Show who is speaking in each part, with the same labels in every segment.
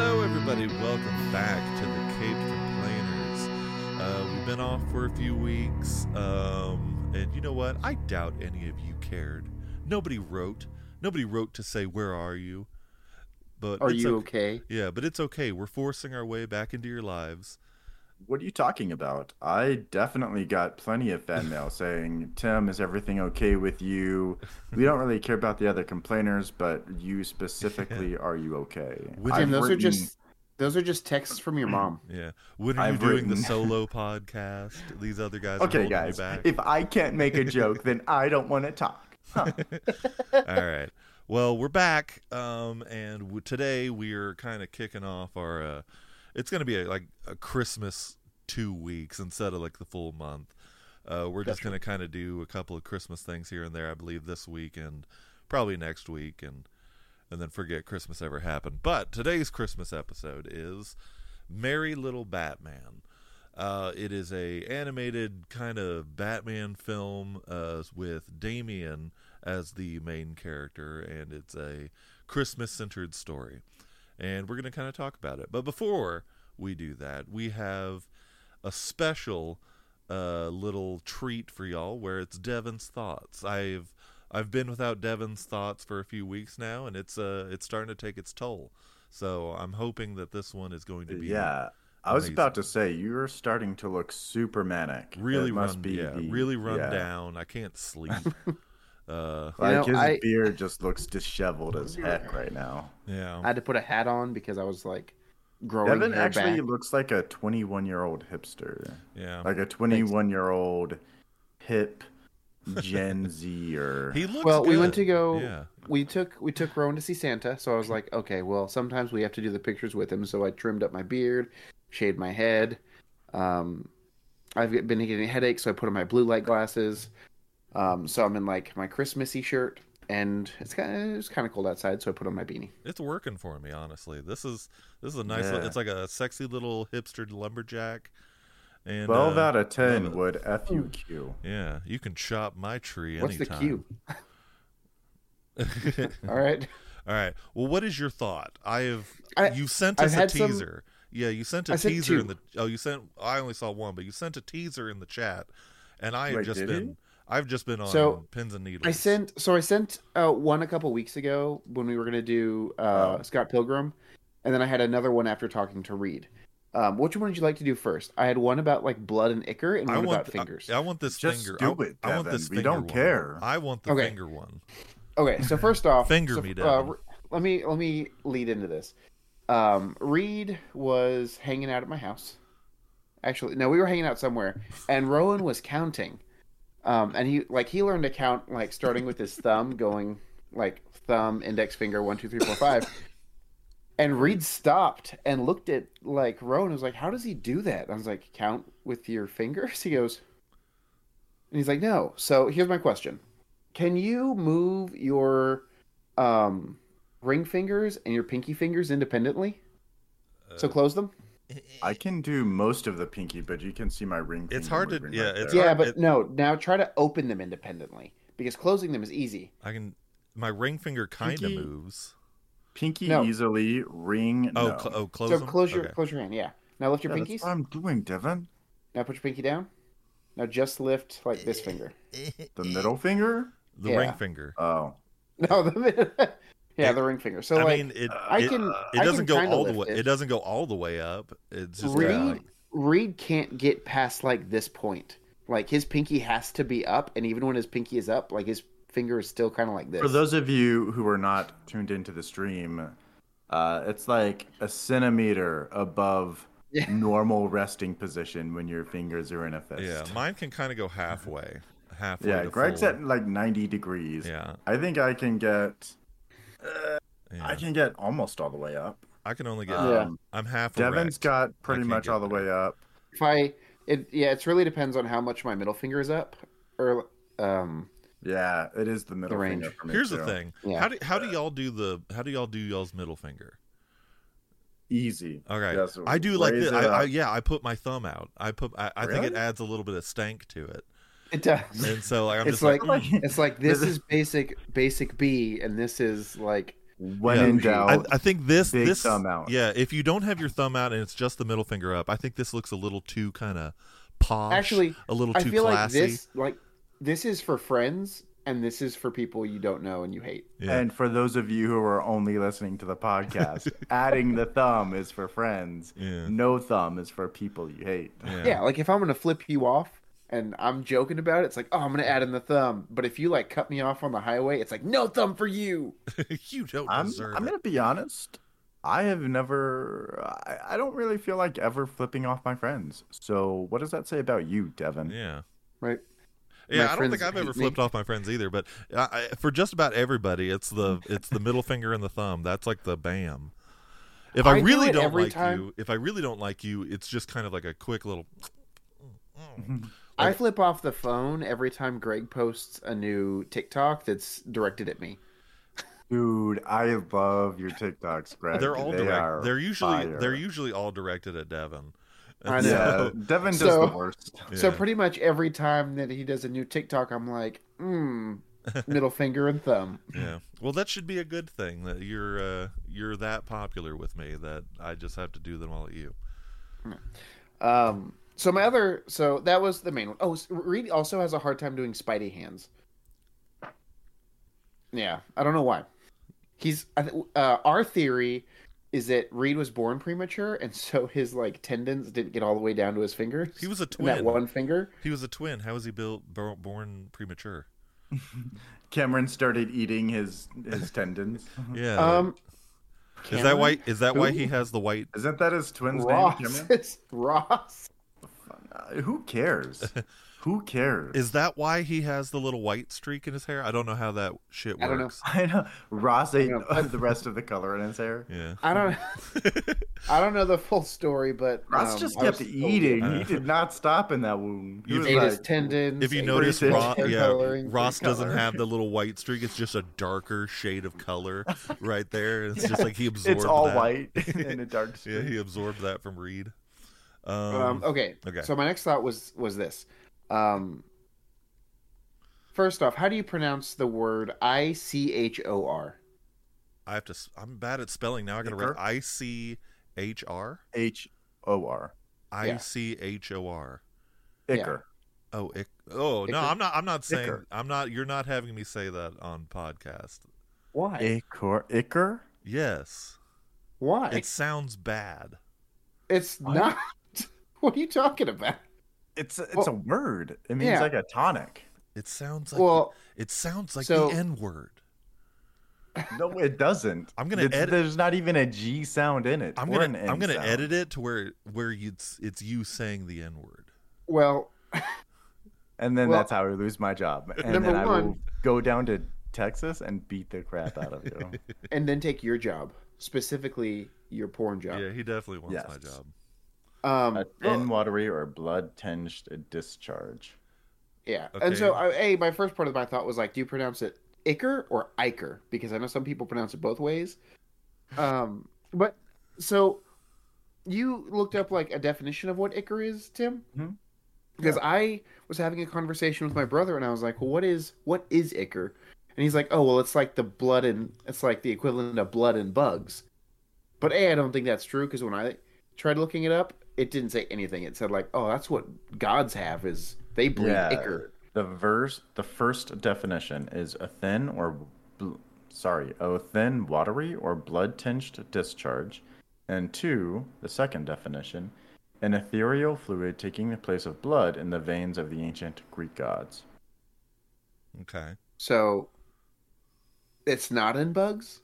Speaker 1: everybody. Welcome back to the Cape Complainers. Uh, we've been off for a few weeks, um, and you know what? I doubt any of you cared. Nobody wrote. Nobody wrote to say where are you. But
Speaker 2: Are
Speaker 1: it's
Speaker 2: you
Speaker 1: okay?
Speaker 2: okay?
Speaker 1: Yeah, but it's okay. We're forcing our way back into your lives.
Speaker 3: What are you talking about? I definitely got plenty of fan mail saying, Tim, is everything okay with you? We don't really care about the other complainers, but you specifically, are you okay?
Speaker 1: Would
Speaker 3: I've
Speaker 2: Tim, those
Speaker 3: written-
Speaker 2: are just those are just texts from your mom.
Speaker 1: Yeah. When are you
Speaker 3: I've
Speaker 1: doing the
Speaker 3: written-
Speaker 1: solo podcast? These other guys are
Speaker 3: Okay,
Speaker 1: holding
Speaker 3: guys.
Speaker 1: you back.
Speaker 3: If I can't make a joke, then I don't want to talk. Huh.
Speaker 1: All right. Well, we're back, um, and w- today we are kind of kicking off our. Uh, it's going to be a, like a Christmas two weeks instead of like the full month. Uh, we're just going to kind of do a couple of Christmas things here and there, I believe, this week and probably next week, and and then forget Christmas ever happened. But today's Christmas episode is "Merry Little Batman." Uh, it is a animated kind of Batman film uh, with Damien as the main character, and it's a Christmas centered story. And we're going to kind of talk about it. But before we do that, we have a special uh, little treat for y'all where it's Devin's thoughts. I've I've been without Devin's thoughts for a few weeks now, and it's uh it's starting to take its toll. So I'm hoping that this one is going to be
Speaker 3: yeah. I was
Speaker 1: amazing.
Speaker 3: about to say, you're starting to look super manic.
Speaker 1: really
Speaker 3: It must
Speaker 1: run,
Speaker 3: be
Speaker 1: yeah,
Speaker 3: the-
Speaker 1: really run
Speaker 3: yeah.
Speaker 1: down. I can't sleep. uh,
Speaker 3: Like
Speaker 2: know,
Speaker 3: his
Speaker 2: I-
Speaker 3: beard just looks disheveled as heck right now.
Speaker 1: yeah,
Speaker 2: I had to put a hat on because I was like growing
Speaker 3: Devin
Speaker 2: hair
Speaker 3: actually
Speaker 2: back.
Speaker 3: looks like a 21 year old hipster.
Speaker 1: yeah.
Speaker 3: like a 21 year old hip Gen Z or
Speaker 1: He looks.
Speaker 2: Well, we went
Speaker 1: good.
Speaker 2: to go-
Speaker 1: Yeah,
Speaker 2: We took we took Rowan to see Santa, so I was like, okay, well, sometimes we have to do the pictures with him. So I trimmed up my beard, shaved my head. Um, I've been getting headaches, so I put on my blue light glasses. Um, so I'm in like my Christmassy shirt, and it's kind of it's kind of cold outside, so I put on my beanie.
Speaker 1: it's working for me. Honestly, this is this is a nice. li-
Speaker 3: Yeah.
Speaker 1: It's like a sexy little hipster lumberjack. And
Speaker 3: 12
Speaker 1: uh,
Speaker 3: out of
Speaker 1: love
Speaker 3: 10
Speaker 1: it.
Speaker 3: would FUQ.
Speaker 1: yeah, you can chop my tree
Speaker 2: What's the
Speaker 1: anytime.
Speaker 2: cue? All right.
Speaker 1: All right. Well, what is your thought? I have.
Speaker 2: I-
Speaker 1: you sent
Speaker 2: I've
Speaker 1: us a
Speaker 2: had some-
Speaker 1: teaser. Yeah, you sent a
Speaker 2: I sent
Speaker 1: teaser in
Speaker 2: two.
Speaker 1: the. Oh, you sent. I only saw one, but you sent a teaser in the chat, and I have
Speaker 3: Wait,
Speaker 1: just
Speaker 3: did
Speaker 1: been.
Speaker 3: you?
Speaker 1: I've just been on
Speaker 2: So,
Speaker 1: pins and needles.
Speaker 2: I sent so I sent uh, one a couple weeks ago when we were gonna do uh,
Speaker 3: Oh.
Speaker 2: Scott Pilgrim, and then I had another one after talking to Reed. Um, which one would you like to do first? I had one about like blood and ichor, and
Speaker 1: I
Speaker 2: one
Speaker 1: want uh,
Speaker 2: about
Speaker 1: the-
Speaker 2: fingers.
Speaker 1: I, I want this
Speaker 3: Just
Speaker 1: finger.
Speaker 3: do
Speaker 1: I,
Speaker 3: it,
Speaker 1: I want
Speaker 3: Devin.
Speaker 1: this
Speaker 3: We
Speaker 1: finger
Speaker 3: don't
Speaker 1: one.
Speaker 3: care.
Speaker 1: I want the
Speaker 2: Okay.
Speaker 1: finger one.
Speaker 2: Okay, so first off,
Speaker 1: Finger
Speaker 2: so,
Speaker 1: me,
Speaker 2: uh,
Speaker 1: Devin.
Speaker 2: r- let me let me lead into this. Um, Reed was hanging out at my house. Actually, no, we were hanging out somewhere, and Rowan was counting. Um, and he like he learned to count like starting with his thumb, going like thumb, index finger, one, two, three, four, five. And Reed stopped and looked at like Rowan. Was like, "How does he do that?" I was like, "Count with your fingers." He goes, and he's like, "No." So here's my question: Can you move your um, ring fingers and your pinky fingers independently? so
Speaker 1: Uh,
Speaker 2: close them.
Speaker 3: I can do most of the pinky, but you can see my ring.
Speaker 1: It's
Speaker 3: finger
Speaker 1: hard to-
Speaker 3: moving
Speaker 1: yeah,
Speaker 3: right
Speaker 1: it's
Speaker 3: there.
Speaker 1: hard-
Speaker 2: Yeah, but
Speaker 1: it-
Speaker 2: no. Now try to open them independently because closing them is easy.
Speaker 1: I can. My ring finger kind of
Speaker 3: Pinky-
Speaker 1: moves.
Speaker 3: Pinky
Speaker 2: No.
Speaker 3: easily, ring.
Speaker 1: Oh,
Speaker 3: no.
Speaker 1: cl- oh, close.
Speaker 2: so
Speaker 1: them?
Speaker 2: close your
Speaker 1: Okay.
Speaker 2: close your hand. Yeah. Now lift your
Speaker 3: Yeah,
Speaker 2: pinkies.
Speaker 3: That's what I'm doing, Devin.
Speaker 2: Now put your pinky down. Now just lift like this finger.
Speaker 3: The middle finger?
Speaker 1: the
Speaker 2: yeah.
Speaker 1: ring finger.
Speaker 3: Oh.
Speaker 2: No, the
Speaker 1: Yeah.
Speaker 2: yeah, the ring finger. So
Speaker 1: I
Speaker 2: like
Speaker 1: mean, it.
Speaker 2: I
Speaker 1: it,
Speaker 2: can.
Speaker 1: it
Speaker 2: I
Speaker 1: doesn't
Speaker 2: can
Speaker 1: go
Speaker 2: kinda
Speaker 1: all the way.
Speaker 2: lift
Speaker 1: It.
Speaker 2: it.
Speaker 1: doesn't go all the way up. It's just
Speaker 2: Reed,
Speaker 1: kinda like-
Speaker 2: Reed can't get past like this point. Like his pinky has to be up, and even when his pinky is up, like his finger is still kind of like this.
Speaker 3: For those of you who are not tuned into the stream, uh, it's like a centimeter above
Speaker 2: Yeah.
Speaker 3: normal resting position when your fingers are in a fist.
Speaker 1: yeah. Mine can kind of go halfway. Halfway.
Speaker 3: Yeah,
Speaker 1: to
Speaker 3: Greg's
Speaker 1: full.
Speaker 3: at like 90 degrees.
Speaker 1: Yeah.
Speaker 3: I think I can get
Speaker 1: yeah.
Speaker 3: I can get almost all the way up.
Speaker 1: I can only get.
Speaker 2: Yeah.
Speaker 3: Um,
Speaker 1: I'm half.
Speaker 3: Devin's
Speaker 1: erect.
Speaker 3: got pretty
Speaker 1: can't
Speaker 3: much
Speaker 1: get
Speaker 3: all the
Speaker 1: there.
Speaker 3: way up.
Speaker 2: if I, it yeah, it's really depends on how much my middle finger is up, or um,
Speaker 3: Yeah, it is the middle
Speaker 2: range.
Speaker 3: finger for me.
Speaker 1: Here's
Speaker 3: too.
Speaker 1: the thing.
Speaker 2: Yeah.
Speaker 1: How do how do y'all do the how do y'all do y'all's middle finger?
Speaker 3: Easy.
Speaker 1: Okay,
Speaker 3: Yeah, so
Speaker 1: I do like
Speaker 3: raise
Speaker 1: this.
Speaker 3: it
Speaker 1: I, I,
Speaker 3: up.
Speaker 1: yeah, I put my thumb out. I put. I, I think it
Speaker 3: Really?
Speaker 1: adds a little bit of stank to it,
Speaker 2: it does.
Speaker 1: and so like, I'm
Speaker 2: It's
Speaker 1: just like,
Speaker 2: like-
Speaker 1: "Mm,
Speaker 2: It's like this
Speaker 3: This
Speaker 2: is basic basic B, and this is like
Speaker 3: When
Speaker 1: Yeah.
Speaker 3: in
Speaker 1: I,
Speaker 3: doubt,
Speaker 1: I think this
Speaker 3: big
Speaker 1: this
Speaker 3: thumb out.
Speaker 1: yeah. If you don't have your thumb out and it's just the middle finger up, I think this looks a little too kind of posh.
Speaker 2: Actually,
Speaker 1: a little
Speaker 2: I
Speaker 1: Oh, too
Speaker 2: feel like
Speaker 1: classy.
Speaker 2: this like this is for friends and this is for people you don't know and you hate.
Speaker 1: yeah.
Speaker 3: and for those of you who are only listening to the podcast, adding the thumb is for friends.
Speaker 1: Yeah.
Speaker 3: No thumb is for people you hate.
Speaker 1: yeah.
Speaker 2: Yeah. like if I'm gonna flip you off and I'm joking about it, it's like, oh, I'm gonna add in the thumb. But if you like cut me off on the highway, it's like, no thumb for you.
Speaker 1: you don't
Speaker 3: I'm,
Speaker 1: deserve
Speaker 3: I'm
Speaker 1: it.
Speaker 3: gonna be honest. I have never. I, I don't really feel like ever flipping off my friends. So what does that say about you, Devin?
Speaker 1: Yeah.
Speaker 2: Right.
Speaker 1: Yeah,
Speaker 2: My
Speaker 1: I don't think
Speaker 2: friends
Speaker 1: I've
Speaker 2: hate
Speaker 1: ever
Speaker 2: me.
Speaker 1: flipped off my friends either, but I, I- for just about everybody, it's the it's the middle finger and the thumb. That's like the bam. If I,
Speaker 2: I do
Speaker 1: really
Speaker 2: it
Speaker 1: not
Speaker 2: every
Speaker 1: like
Speaker 2: time.
Speaker 1: you, if I really don't like you, it's just kind of like a quick little.
Speaker 2: I
Speaker 1: Like-
Speaker 2: flip off the phone every time Greg posts a new TikTok that's directed at me.
Speaker 3: Dude, I love your TikToks, Greg.
Speaker 1: They're all
Speaker 3: They
Speaker 1: direct.
Speaker 3: are
Speaker 1: they're usually
Speaker 3: fire.
Speaker 1: they're usually all directed at Devin.
Speaker 2: I
Speaker 1: And
Speaker 2: know.
Speaker 3: yeah.
Speaker 1: so-
Speaker 3: Devin does
Speaker 2: So-
Speaker 3: the worst.
Speaker 2: So
Speaker 1: yeah.
Speaker 2: pretty much every time that he does a new TikTok, I'm like, mm, middle finger and thumb.
Speaker 1: Yeah. Well, that should be a good thing that you're uh, you're that popular with me that I just have to do them all at you.
Speaker 2: Um, so my other, so that was the main one. Oh, s- Reed also has a hard time doing Spidey hands. Yeah, I don't know why. He's I th- uh, our theory is that Reed was born premature, and so his like tendons didn't get all the way down to his fingers.
Speaker 1: He was a
Speaker 2: And that
Speaker 1: twin.
Speaker 2: one finger.
Speaker 1: He was a twin. How was he built bor- born premature?
Speaker 3: Cameron started eating his his tendons.
Speaker 1: Yeah.
Speaker 2: Um,
Speaker 1: is that why? Is that why
Speaker 2: Who?
Speaker 1: he has the white?
Speaker 3: Isn't that his twin's
Speaker 2: Ross?
Speaker 3: name? Cameron?
Speaker 2: It's Ross.
Speaker 3: Uh, who cares? Who cares?
Speaker 1: Is that why he has the little white streak in his hair? I don't know how that shit
Speaker 2: I don't know.
Speaker 1: works.
Speaker 3: I know Ross ate
Speaker 2: Yeah.
Speaker 3: the rest of the color in his hair.
Speaker 1: Yeah.
Speaker 2: I don't. I don't know the full story, but
Speaker 3: Ross
Speaker 2: um,
Speaker 3: just
Speaker 2: I
Speaker 3: kept
Speaker 2: was told-
Speaker 3: eating.
Speaker 1: Uh,
Speaker 3: he did not stop in that wound. He
Speaker 1: You've
Speaker 3: was
Speaker 2: Ate his
Speaker 3: like,
Speaker 2: tendons.
Speaker 1: If you
Speaker 2: ate
Speaker 1: notice,
Speaker 3: pretty
Speaker 1: Ross,
Speaker 2: hair
Speaker 1: yeah,
Speaker 2: coloring,
Speaker 1: Ross
Speaker 3: pretty
Speaker 1: doesn't
Speaker 3: color.
Speaker 1: have the little white streak. It's just a darker shade of color right there. And it's just like he absorbed.
Speaker 3: it's all
Speaker 1: that.
Speaker 3: white in a dark
Speaker 1: Yeah,
Speaker 3: streak.
Speaker 1: he absorbed that from Reed. Um,
Speaker 2: Um, okay.
Speaker 1: okay.
Speaker 2: So my next thought was was this. Um, first off, how do you pronounce the word I C H O R?
Speaker 1: I have to. s- I'm bad at spelling now. I got to
Speaker 3: Ichor?
Speaker 1: write I C H R
Speaker 3: H O R.
Speaker 1: I C H O R.
Speaker 2: Yeah.
Speaker 3: Icker.
Speaker 1: Oh, ic- oh no,
Speaker 2: Ichor?
Speaker 1: I'm not. I'm not saying.
Speaker 3: Ichor.
Speaker 1: I'm not. You're not having me say that on podcast.
Speaker 2: Why?
Speaker 3: Icker. Icker.
Speaker 1: Yes,
Speaker 2: Why?
Speaker 1: it
Speaker 2: It's,
Speaker 1: sounds bad.
Speaker 3: Why?
Speaker 2: not. what are you talking about?
Speaker 3: It's it's
Speaker 2: Well,
Speaker 3: a word. It means
Speaker 2: yeah.
Speaker 3: like a tonic.
Speaker 1: It sounds like.
Speaker 2: Well,
Speaker 1: it sounds like
Speaker 2: so-
Speaker 1: the N word.
Speaker 3: No, it doesn't.
Speaker 1: I'm gonna
Speaker 3: It's-
Speaker 1: edit-
Speaker 3: There's not even a G sound in it.
Speaker 1: I'm
Speaker 3: or
Speaker 1: gonna.
Speaker 3: an N
Speaker 1: I'm gonna
Speaker 3: sound.
Speaker 1: edit it to where where you it's, it's you saying the N word.
Speaker 2: well,
Speaker 3: and then
Speaker 2: Well-
Speaker 3: that's how I lose my job. And
Speaker 2: Number
Speaker 3: then I will
Speaker 2: one-
Speaker 3: go down to Texas and beat the crap out of you.
Speaker 2: and then take your job specifically your porn job.
Speaker 1: Yeah, he definitely wants my
Speaker 3: Yes.
Speaker 1: job.
Speaker 2: Um,
Speaker 3: a thin, watery, or blood tinged discharge.
Speaker 2: yeah. And so,
Speaker 1: okay.
Speaker 2: I, a my first part of my thought was like, do you pronounce it Iker or Iker? Because I know some people pronounce it both ways. Um, but so you looked up like a definition of what Iker is, Tim?
Speaker 3: Mhm.
Speaker 2: Because I was having a conversation with my brother, and I was like, well, "What is what is Iker?" And he's like, "Oh, well, it's like the blood and it's like the equivalent of blood and bugs." But a, I don't think that's true because when I tried looking it up, it didn't say anything. It said like, "Oh, that's what gods have is they bleed
Speaker 3: Yeah.
Speaker 2: ichor."
Speaker 3: The verse, the first definition is a thin or, bl- sorry, a thin, watery, or blood tinged discharge, and two, the second definition, an ethereal fluid taking the place of blood in the veins of the ancient Greek gods.
Speaker 1: Okay.
Speaker 2: So it's not in bugs.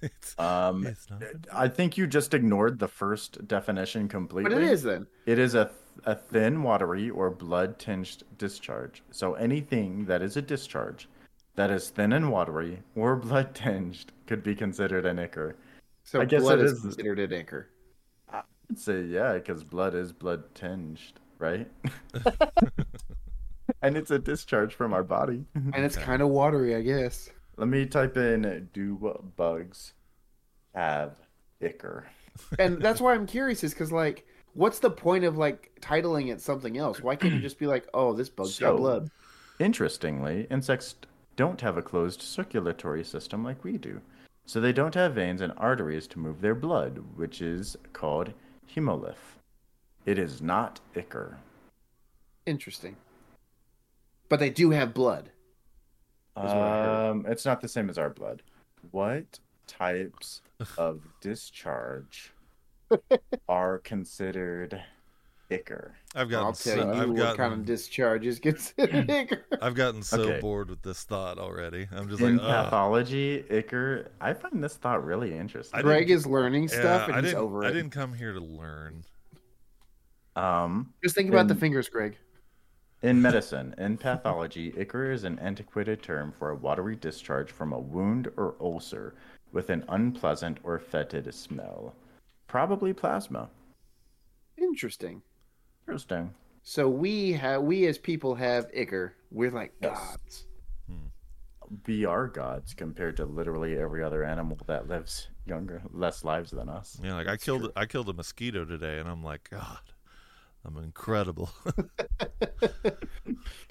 Speaker 1: it's,
Speaker 3: Um,
Speaker 1: it's not.
Speaker 3: I think you just ignored the first definition completely.
Speaker 2: But it is then.
Speaker 3: It is a, a thin, watery, or blood tinged discharge. So anything that is a discharge that is thin and watery or blood tinged could be considered an ichor.
Speaker 2: So
Speaker 3: I guess
Speaker 2: blood
Speaker 3: it
Speaker 2: is
Speaker 3: is-
Speaker 2: considered an ichor.
Speaker 3: I'd say, yeah, because blood is blood tinged, right? and it's a discharge from our body.
Speaker 2: And it's kind of watery, I guess.
Speaker 3: Let me type in do bugs have ichor?
Speaker 2: And that's why I'm curious, is because like, what's the point of like titling it something else? Why can't you just be like, "Oh, this bug's
Speaker 3: So-
Speaker 2: got blood"?
Speaker 3: Interestingly, insects don't have a closed circulatory system like we do, So they don't have veins and arteries to move their blood, which is called hemolymph. It is not ichor.
Speaker 2: Interesting. But they do have blood.
Speaker 3: Um,
Speaker 2: what I heard.
Speaker 3: it's not the same as our blood. What types of discharge are considered ichor?
Speaker 1: I've gotten
Speaker 2: I'll
Speaker 1: so,
Speaker 2: tell you
Speaker 1: I've
Speaker 2: what
Speaker 1: gotten,
Speaker 2: kind of discharges gets bigger.
Speaker 1: I've gotten so
Speaker 3: Okay.
Speaker 1: bored with this thought already. I'm just
Speaker 3: In
Speaker 1: like, uh, "Ugh."
Speaker 3: pathology, ichor. I find this thought really interesting.
Speaker 1: I didn't-
Speaker 2: Greg is learning stuff
Speaker 1: yeah,
Speaker 2: and
Speaker 1: I
Speaker 2: he's
Speaker 1: didn't,
Speaker 2: over
Speaker 1: I
Speaker 2: it.
Speaker 1: didn't come here to learn.
Speaker 3: Um,
Speaker 2: Just think about the
Speaker 3: and-
Speaker 2: fingers, Greg.
Speaker 3: In medicine, in pathology, ichor is an antiquated term for a watery discharge from a wound or ulcer with an unpleasant or fetid smell. Probably plasma.
Speaker 2: Interesting.
Speaker 3: Interesting.
Speaker 2: So we have we as people have ichor. We're like
Speaker 3: Yes.
Speaker 2: gods.
Speaker 3: We are gods compared to literally every other animal that lives younger, less lives than us.
Speaker 1: Yeah, like I killed I killed a mosquito today, and I'm like, God, I'm incredible.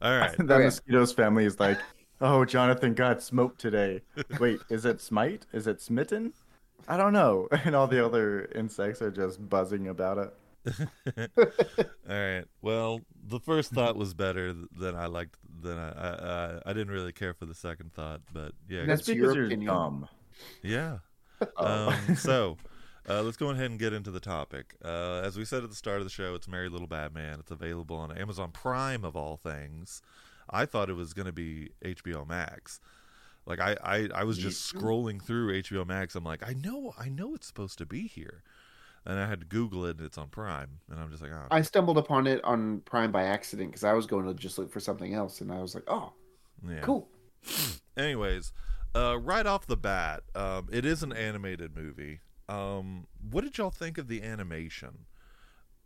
Speaker 1: All right,
Speaker 3: that
Speaker 2: Okay.
Speaker 3: mosquito's family is like, oh, Jonathan got smoked today. Wait, is it smite? Is it smitten? I don't know. And all the other insects are just buzzing about it.
Speaker 1: all right. Well, the first thought was better than I liked. Than I, I, I, I didn't really care for the second thought, but yeah,
Speaker 2: That's your opinion.
Speaker 3: dumb.
Speaker 1: yeah.
Speaker 3: Oh.
Speaker 1: Um, so uh, let's go ahead and get into the topic. Uh, as we said at the start of the show, it's Merry Little Batman. It's available on Amazon Prime of all things. I thought it was going to be HBO Max. Like I, I, I was
Speaker 3: Me
Speaker 1: just
Speaker 3: too.
Speaker 1: scrolling through HBO Max. I'm like, I know, I know it's supposed to be here, and I had to Google it, and it's on Prime, and I'm just like, oh,
Speaker 2: I stumbled upon it on Prime by accident because I was going to just look for something else, and I was like, "Oh,
Speaker 1: yeah.
Speaker 2: cool."
Speaker 1: Anyways, uh, right off the bat, um, it is an animated movie. Um, what did y'all think of the animation?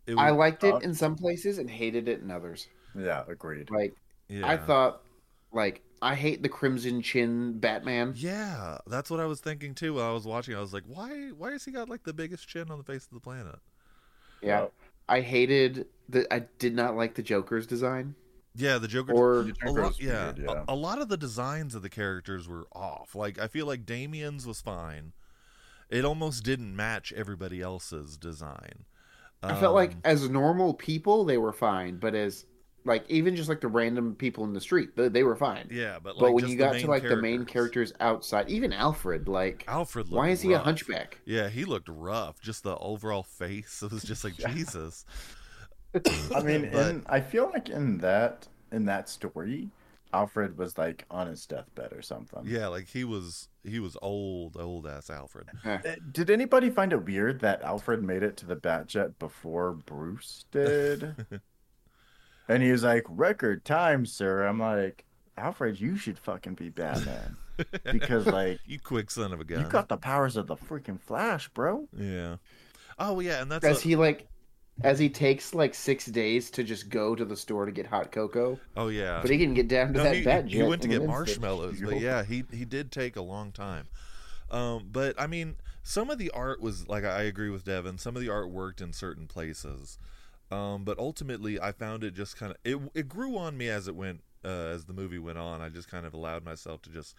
Speaker 1: It
Speaker 2: I
Speaker 1: was-
Speaker 2: liked
Speaker 3: Uh,
Speaker 2: it in some places and hated it in others.
Speaker 3: Yeah, agreed.
Speaker 2: Like I
Speaker 1: yeah.
Speaker 2: thought, like I hate the crimson chin Batman.
Speaker 1: Yeah, that's what I was thinking too while I was watching. I was like, why why has he got like the biggest chin on the face of the planet?
Speaker 2: Yeah,
Speaker 3: Well,
Speaker 2: I hated the. I did not like the Joker's design.
Speaker 1: Yeah, the Joker.
Speaker 2: Or
Speaker 1: a
Speaker 3: Joker
Speaker 1: lot,
Speaker 3: was
Speaker 1: yeah,
Speaker 3: weird, yeah.
Speaker 1: A, a lot of the designs of the characters were off. Like I feel like Damien's was fine. It almost didn't match everybody else's design.
Speaker 2: I felt like
Speaker 1: Um,
Speaker 2: as normal people they were fine, but as like even just like the random people in the street, they, they were fine.
Speaker 1: Um, yeah, but like
Speaker 2: but when
Speaker 1: just
Speaker 2: you
Speaker 1: the
Speaker 2: got
Speaker 1: main
Speaker 2: to like the main
Speaker 1: characters.
Speaker 2: characters outside, even Alfred, like
Speaker 1: Alfred.
Speaker 2: why
Speaker 1: looked
Speaker 2: is he a
Speaker 1: rough.
Speaker 2: hunchback?
Speaker 1: Yeah, he looked rough. Just the overall face. It was just like Jesus.
Speaker 3: I mean,
Speaker 1: But-
Speaker 3: in, I feel like in that in that story, Alfred was like on his deathbed or something.
Speaker 1: Yeah, like he was he was old, old ass Alfred.
Speaker 3: Uh, Did anybody find it weird that Alfred made it to the Batjet before Bruce did? and he was like, "Record time, sir." I'm like, Alfred, you should fucking be Batman because like
Speaker 1: You quick son of a gun.
Speaker 3: you got the powers of the freaking Flash, bro.
Speaker 1: Yeah. Oh yeah, and that's
Speaker 2: As
Speaker 1: a-
Speaker 2: he like, as he takes like six days to just go to the store to get hot cocoa,
Speaker 1: oh yeah.
Speaker 2: but he can get down to
Speaker 1: No,
Speaker 2: that
Speaker 1: he,
Speaker 2: bat
Speaker 1: he
Speaker 2: jet
Speaker 1: went to
Speaker 2: in an
Speaker 1: get
Speaker 2: instant.
Speaker 1: marshmallows, but
Speaker 3: Yo.
Speaker 1: yeah, he he did take a long time. Um, but I mean, some of the art was like I agree with Devin. Some of the art worked in certain places, um, but ultimately I found it just kind of it it grew on me as it went uh, as the movie went on. I just kind of allowed myself to just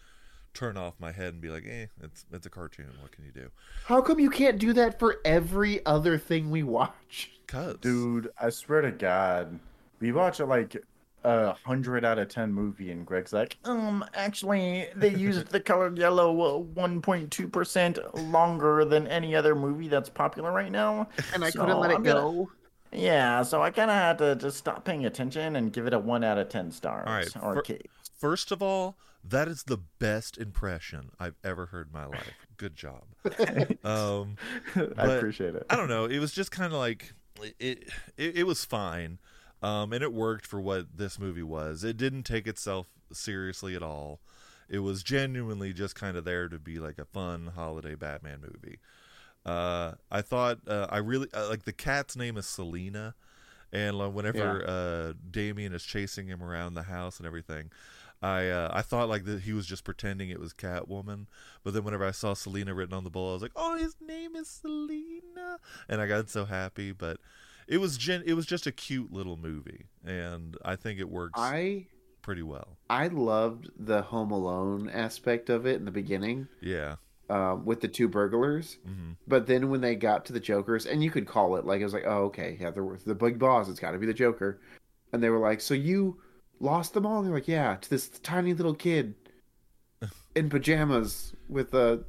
Speaker 1: turn off my head and be like, eh, it's it's a cartoon. What can you do?
Speaker 2: How come you can't do that for every other thing we watch?
Speaker 1: Cause
Speaker 3: Dude, I swear to God, we watch a, like a hundred out of ten movie, and Greg's like, um, actually, they used the color yellow one point two percent longer than any other movie that's popular right now.
Speaker 2: And I
Speaker 3: So,
Speaker 2: couldn't let it
Speaker 3: I'm gonna-
Speaker 2: go.
Speaker 3: Yeah, so I kind of had to just stop paying attention and give it a one out of ten stars.
Speaker 1: right,
Speaker 3: or
Speaker 1: fir-
Speaker 3: okay.
Speaker 1: First of all, that is the best impression I've ever heard in my life. Good job. um,
Speaker 3: I
Speaker 1: but-
Speaker 3: appreciate it.
Speaker 1: I don't know. It was just kind of like it, it. It was fine, um, and it worked for what this movie was. It didn't take itself seriously at all. It was genuinely just kind of there to be like a fun holiday Batman movie. Uh, I thought uh, I really uh, like the cat's name is Selena, and like, whenever uh, Damien is chasing him around the house and everything, I uh, I thought like that he was just pretending it was Catwoman, but then whenever I saw Selena written on the bowl, I was like, "Oh, his name is Selena," and I got so happy. But it was gen- it was just a cute little movie, and I think it works
Speaker 2: I
Speaker 1: pretty well.
Speaker 2: I loved the Home Alone aspect of it in the beginning
Speaker 1: Yeah.
Speaker 2: um, with the two burglars,
Speaker 1: hmm
Speaker 2: but then when they got to the Joker's, and you could call it like it was like, oh okay, yeah, they're the big boss. It's got to be the Joker, and they were like, so you lost them all? And they're like, yeah, to this tiny little kid in pajamas with a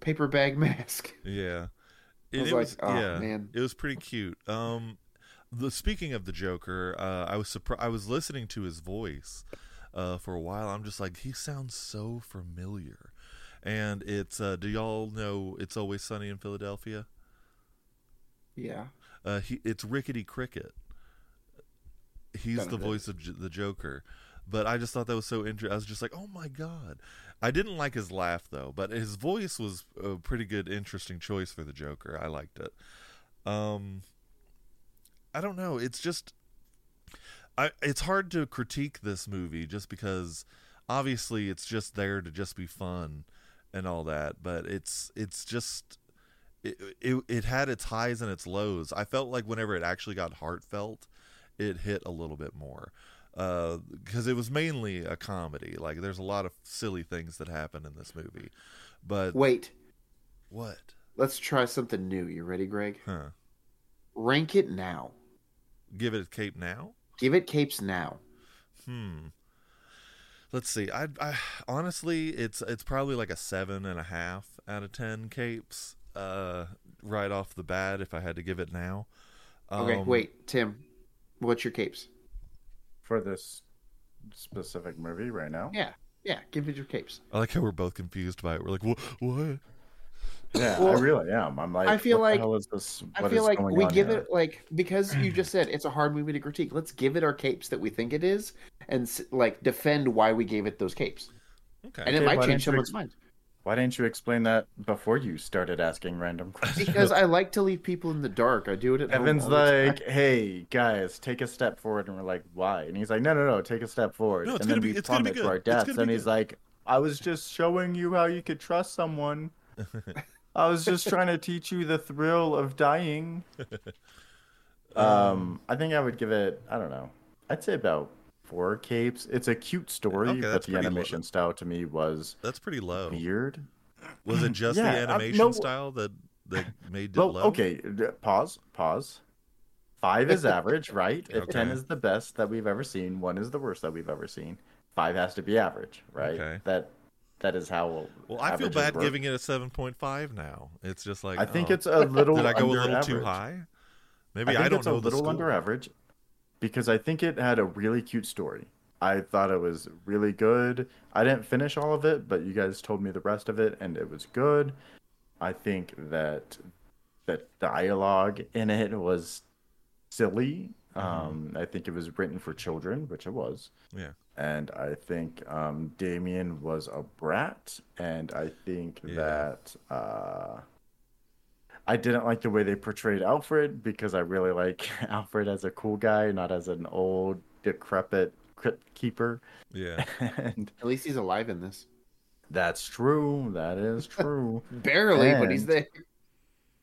Speaker 2: paper bag mask.
Speaker 1: Yeah.
Speaker 2: I
Speaker 1: And
Speaker 2: was
Speaker 1: it
Speaker 2: like,
Speaker 1: was,
Speaker 2: oh
Speaker 1: yeah,
Speaker 2: man,
Speaker 1: it was pretty cute. Um, the speaking of the Joker, uh, I was surprised. I was listening to his voice uh, for a while. I'm just like, he sounds so familiar. And it's uh, do y'all know it's always sunny in Philadelphia?
Speaker 2: yeah.
Speaker 1: Uh, he it's Rickety Cricket. He's
Speaker 2: Don't
Speaker 1: the
Speaker 2: know.
Speaker 1: voice of J- the Joker. But I just thought that was so interesting. I was just like, oh my god. I didn't like his laugh though, but his voice was a pretty good, interesting choice for the Joker. I liked it. Um, I don't know. It's just, I it's hard to critique this movie just because obviously it's just there to just be fun and all that. But it's it's just it, it it had its highs and its lows. I felt like whenever it actually got heartfelt, it hit a little bit more because it was mainly a comedy. Like there's a lot of silly things that happen in this movie, but
Speaker 2: Wait,
Speaker 1: what?
Speaker 2: let's try something new. You ready, Greg?
Speaker 1: Huh?
Speaker 2: Rank it now.
Speaker 1: Give it a cape now.
Speaker 2: Give it capes now.
Speaker 1: Hmm. Let's see. I, I honestly, it's it's probably like a seven and a half out of ten capes. Uh, right off the bat, if I had to give it now.
Speaker 2: Okay,
Speaker 1: Um,
Speaker 2: wait, Tim, what's your capes?
Speaker 3: for this specific movie right now.
Speaker 2: Yeah, yeah, give it your capes.
Speaker 1: I like how we're both confused by it. We're like, what? what?
Speaker 3: Yeah,
Speaker 2: Well,
Speaker 3: I really am. I'm like,
Speaker 2: I feel
Speaker 3: what the
Speaker 2: like-
Speaker 3: hell is this?
Speaker 2: I
Speaker 3: what
Speaker 2: feel
Speaker 3: is
Speaker 2: like
Speaker 3: going
Speaker 2: we
Speaker 3: on
Speaker 2: give
Speaker 3: here?
Speaker 2: it like because you just said it's a hard movie to critique. Let's give it our capes that we think it is, and s- like defend why we gave it those capes,
Speaker 1: Okay.
Speaker 2: and it
Speaker 3: Okay, why
Speaker 2: might
Speaker 3: don't
Speaker 2: change
Speaker 3: you
Speaker 2: someone's
Speaker 3: ex-
Speaker 2: mind.
Speaker 3: Why didn't you explain that before you started asking random questions?
Speaker 2: Because I like to leave people in the dark. I do it at home
Speaker 3: Evan's
Speaker 2: all the time.
Speaker 3: like, "Hey guys, take a step forward," and we're like, "Why?" And he's like, "No, no, no, take a step forward."
Speaker 1: No, it's
Speaker 3: and
Speaker 1: gonna
Speaker 3: then
Speaker 1: be-
Speaker 3: we
Speaker 1: it's gonna be
Speaker 3: plummet to
Speaker 1: good.
Speaker 3: our
Speaker 1: It's
Speaker 3: deaths,
Speaker 1: gonna be
Speaker 3: and he's
Speaker 1: good.
Speaker 3: like, "I was just showing you how you could trust someone. I was just trying to teach you the thrill of dying." um, I think I would give it. I don't know. I'd say about four capes. It's a cute story,
Speaker 1: Okay,
Speaker 3: but
Speaker 1: that's
Speaker 3: the
Speaker 1: pretty Oh. low.
Speaker 3: animation style to me was
Speaker 1: That's pretty low.
Speaker 3: weird.
Speaker 1: Was it just
Speaker 3: Yeah,
Speaker 1: the
Speaker 3: I-
Speaker 1: animation
Speaker 3: no-
Speaker 1: style that that made it
Speaker 3: Well,
Speaker 1: low?
Speaker 3: okay. d- Pause. Pause. Five is average, right? If ten
Speaker 1: Okay.
Speaker 3: is the best that we've ever seen, one is the worst that we've ever seen. Five has to be average, right?
Speaker 1: Okay.
Speaker 3: That that is how.
Speaker 1: Well, I feel
Speaker 3: averages
Speaker 1: bad
Speaker 3: work.
Speaker 1: giving it a seven point five now. It's just like
Speaker 3: I think
Speaker 1: oh,
Speaker 3: it's a little.
Speaker 1: did I go a
Speaker 3: under
Speaker 1: little too
Speaker 3: average.
Speaker 1: high? Maybe I,
Speaker 3: I think
Speaker 1: don't
Speaker 3: it's
Speaker 1: know
Speaker 3: a little
Speaker 1: the
Speaker 3: under
Speaker 1: score.
Speaker 3: average because I think it had a really cute story. I thought it was really good. I didn't finish all of it, but you guys told me the rest of it, and it was good. I think that the dialogue in it was silly.
Speaker 1: Mm-hmm.
Speaker 3: Um, I think it was written for children, which it was.
Speaker 1: Yeah.
Speaker 3: And I think um, Damien was a brat, and I think
Speaker 1: Yeah.
Speaker 3: that uh, I didn't like the way they portrayed Alfred because I really like Alfred as a cool guy, not as an old decrepit crypt keeper.
Speaker 1: Yeah.
Speaker 3: And
Speaker 2: At least he's alive in this.
Speaker 3: that's true. That is true.
Speaker 2: Barely, but he's
Speaker 3: And-
Speaker 2: there.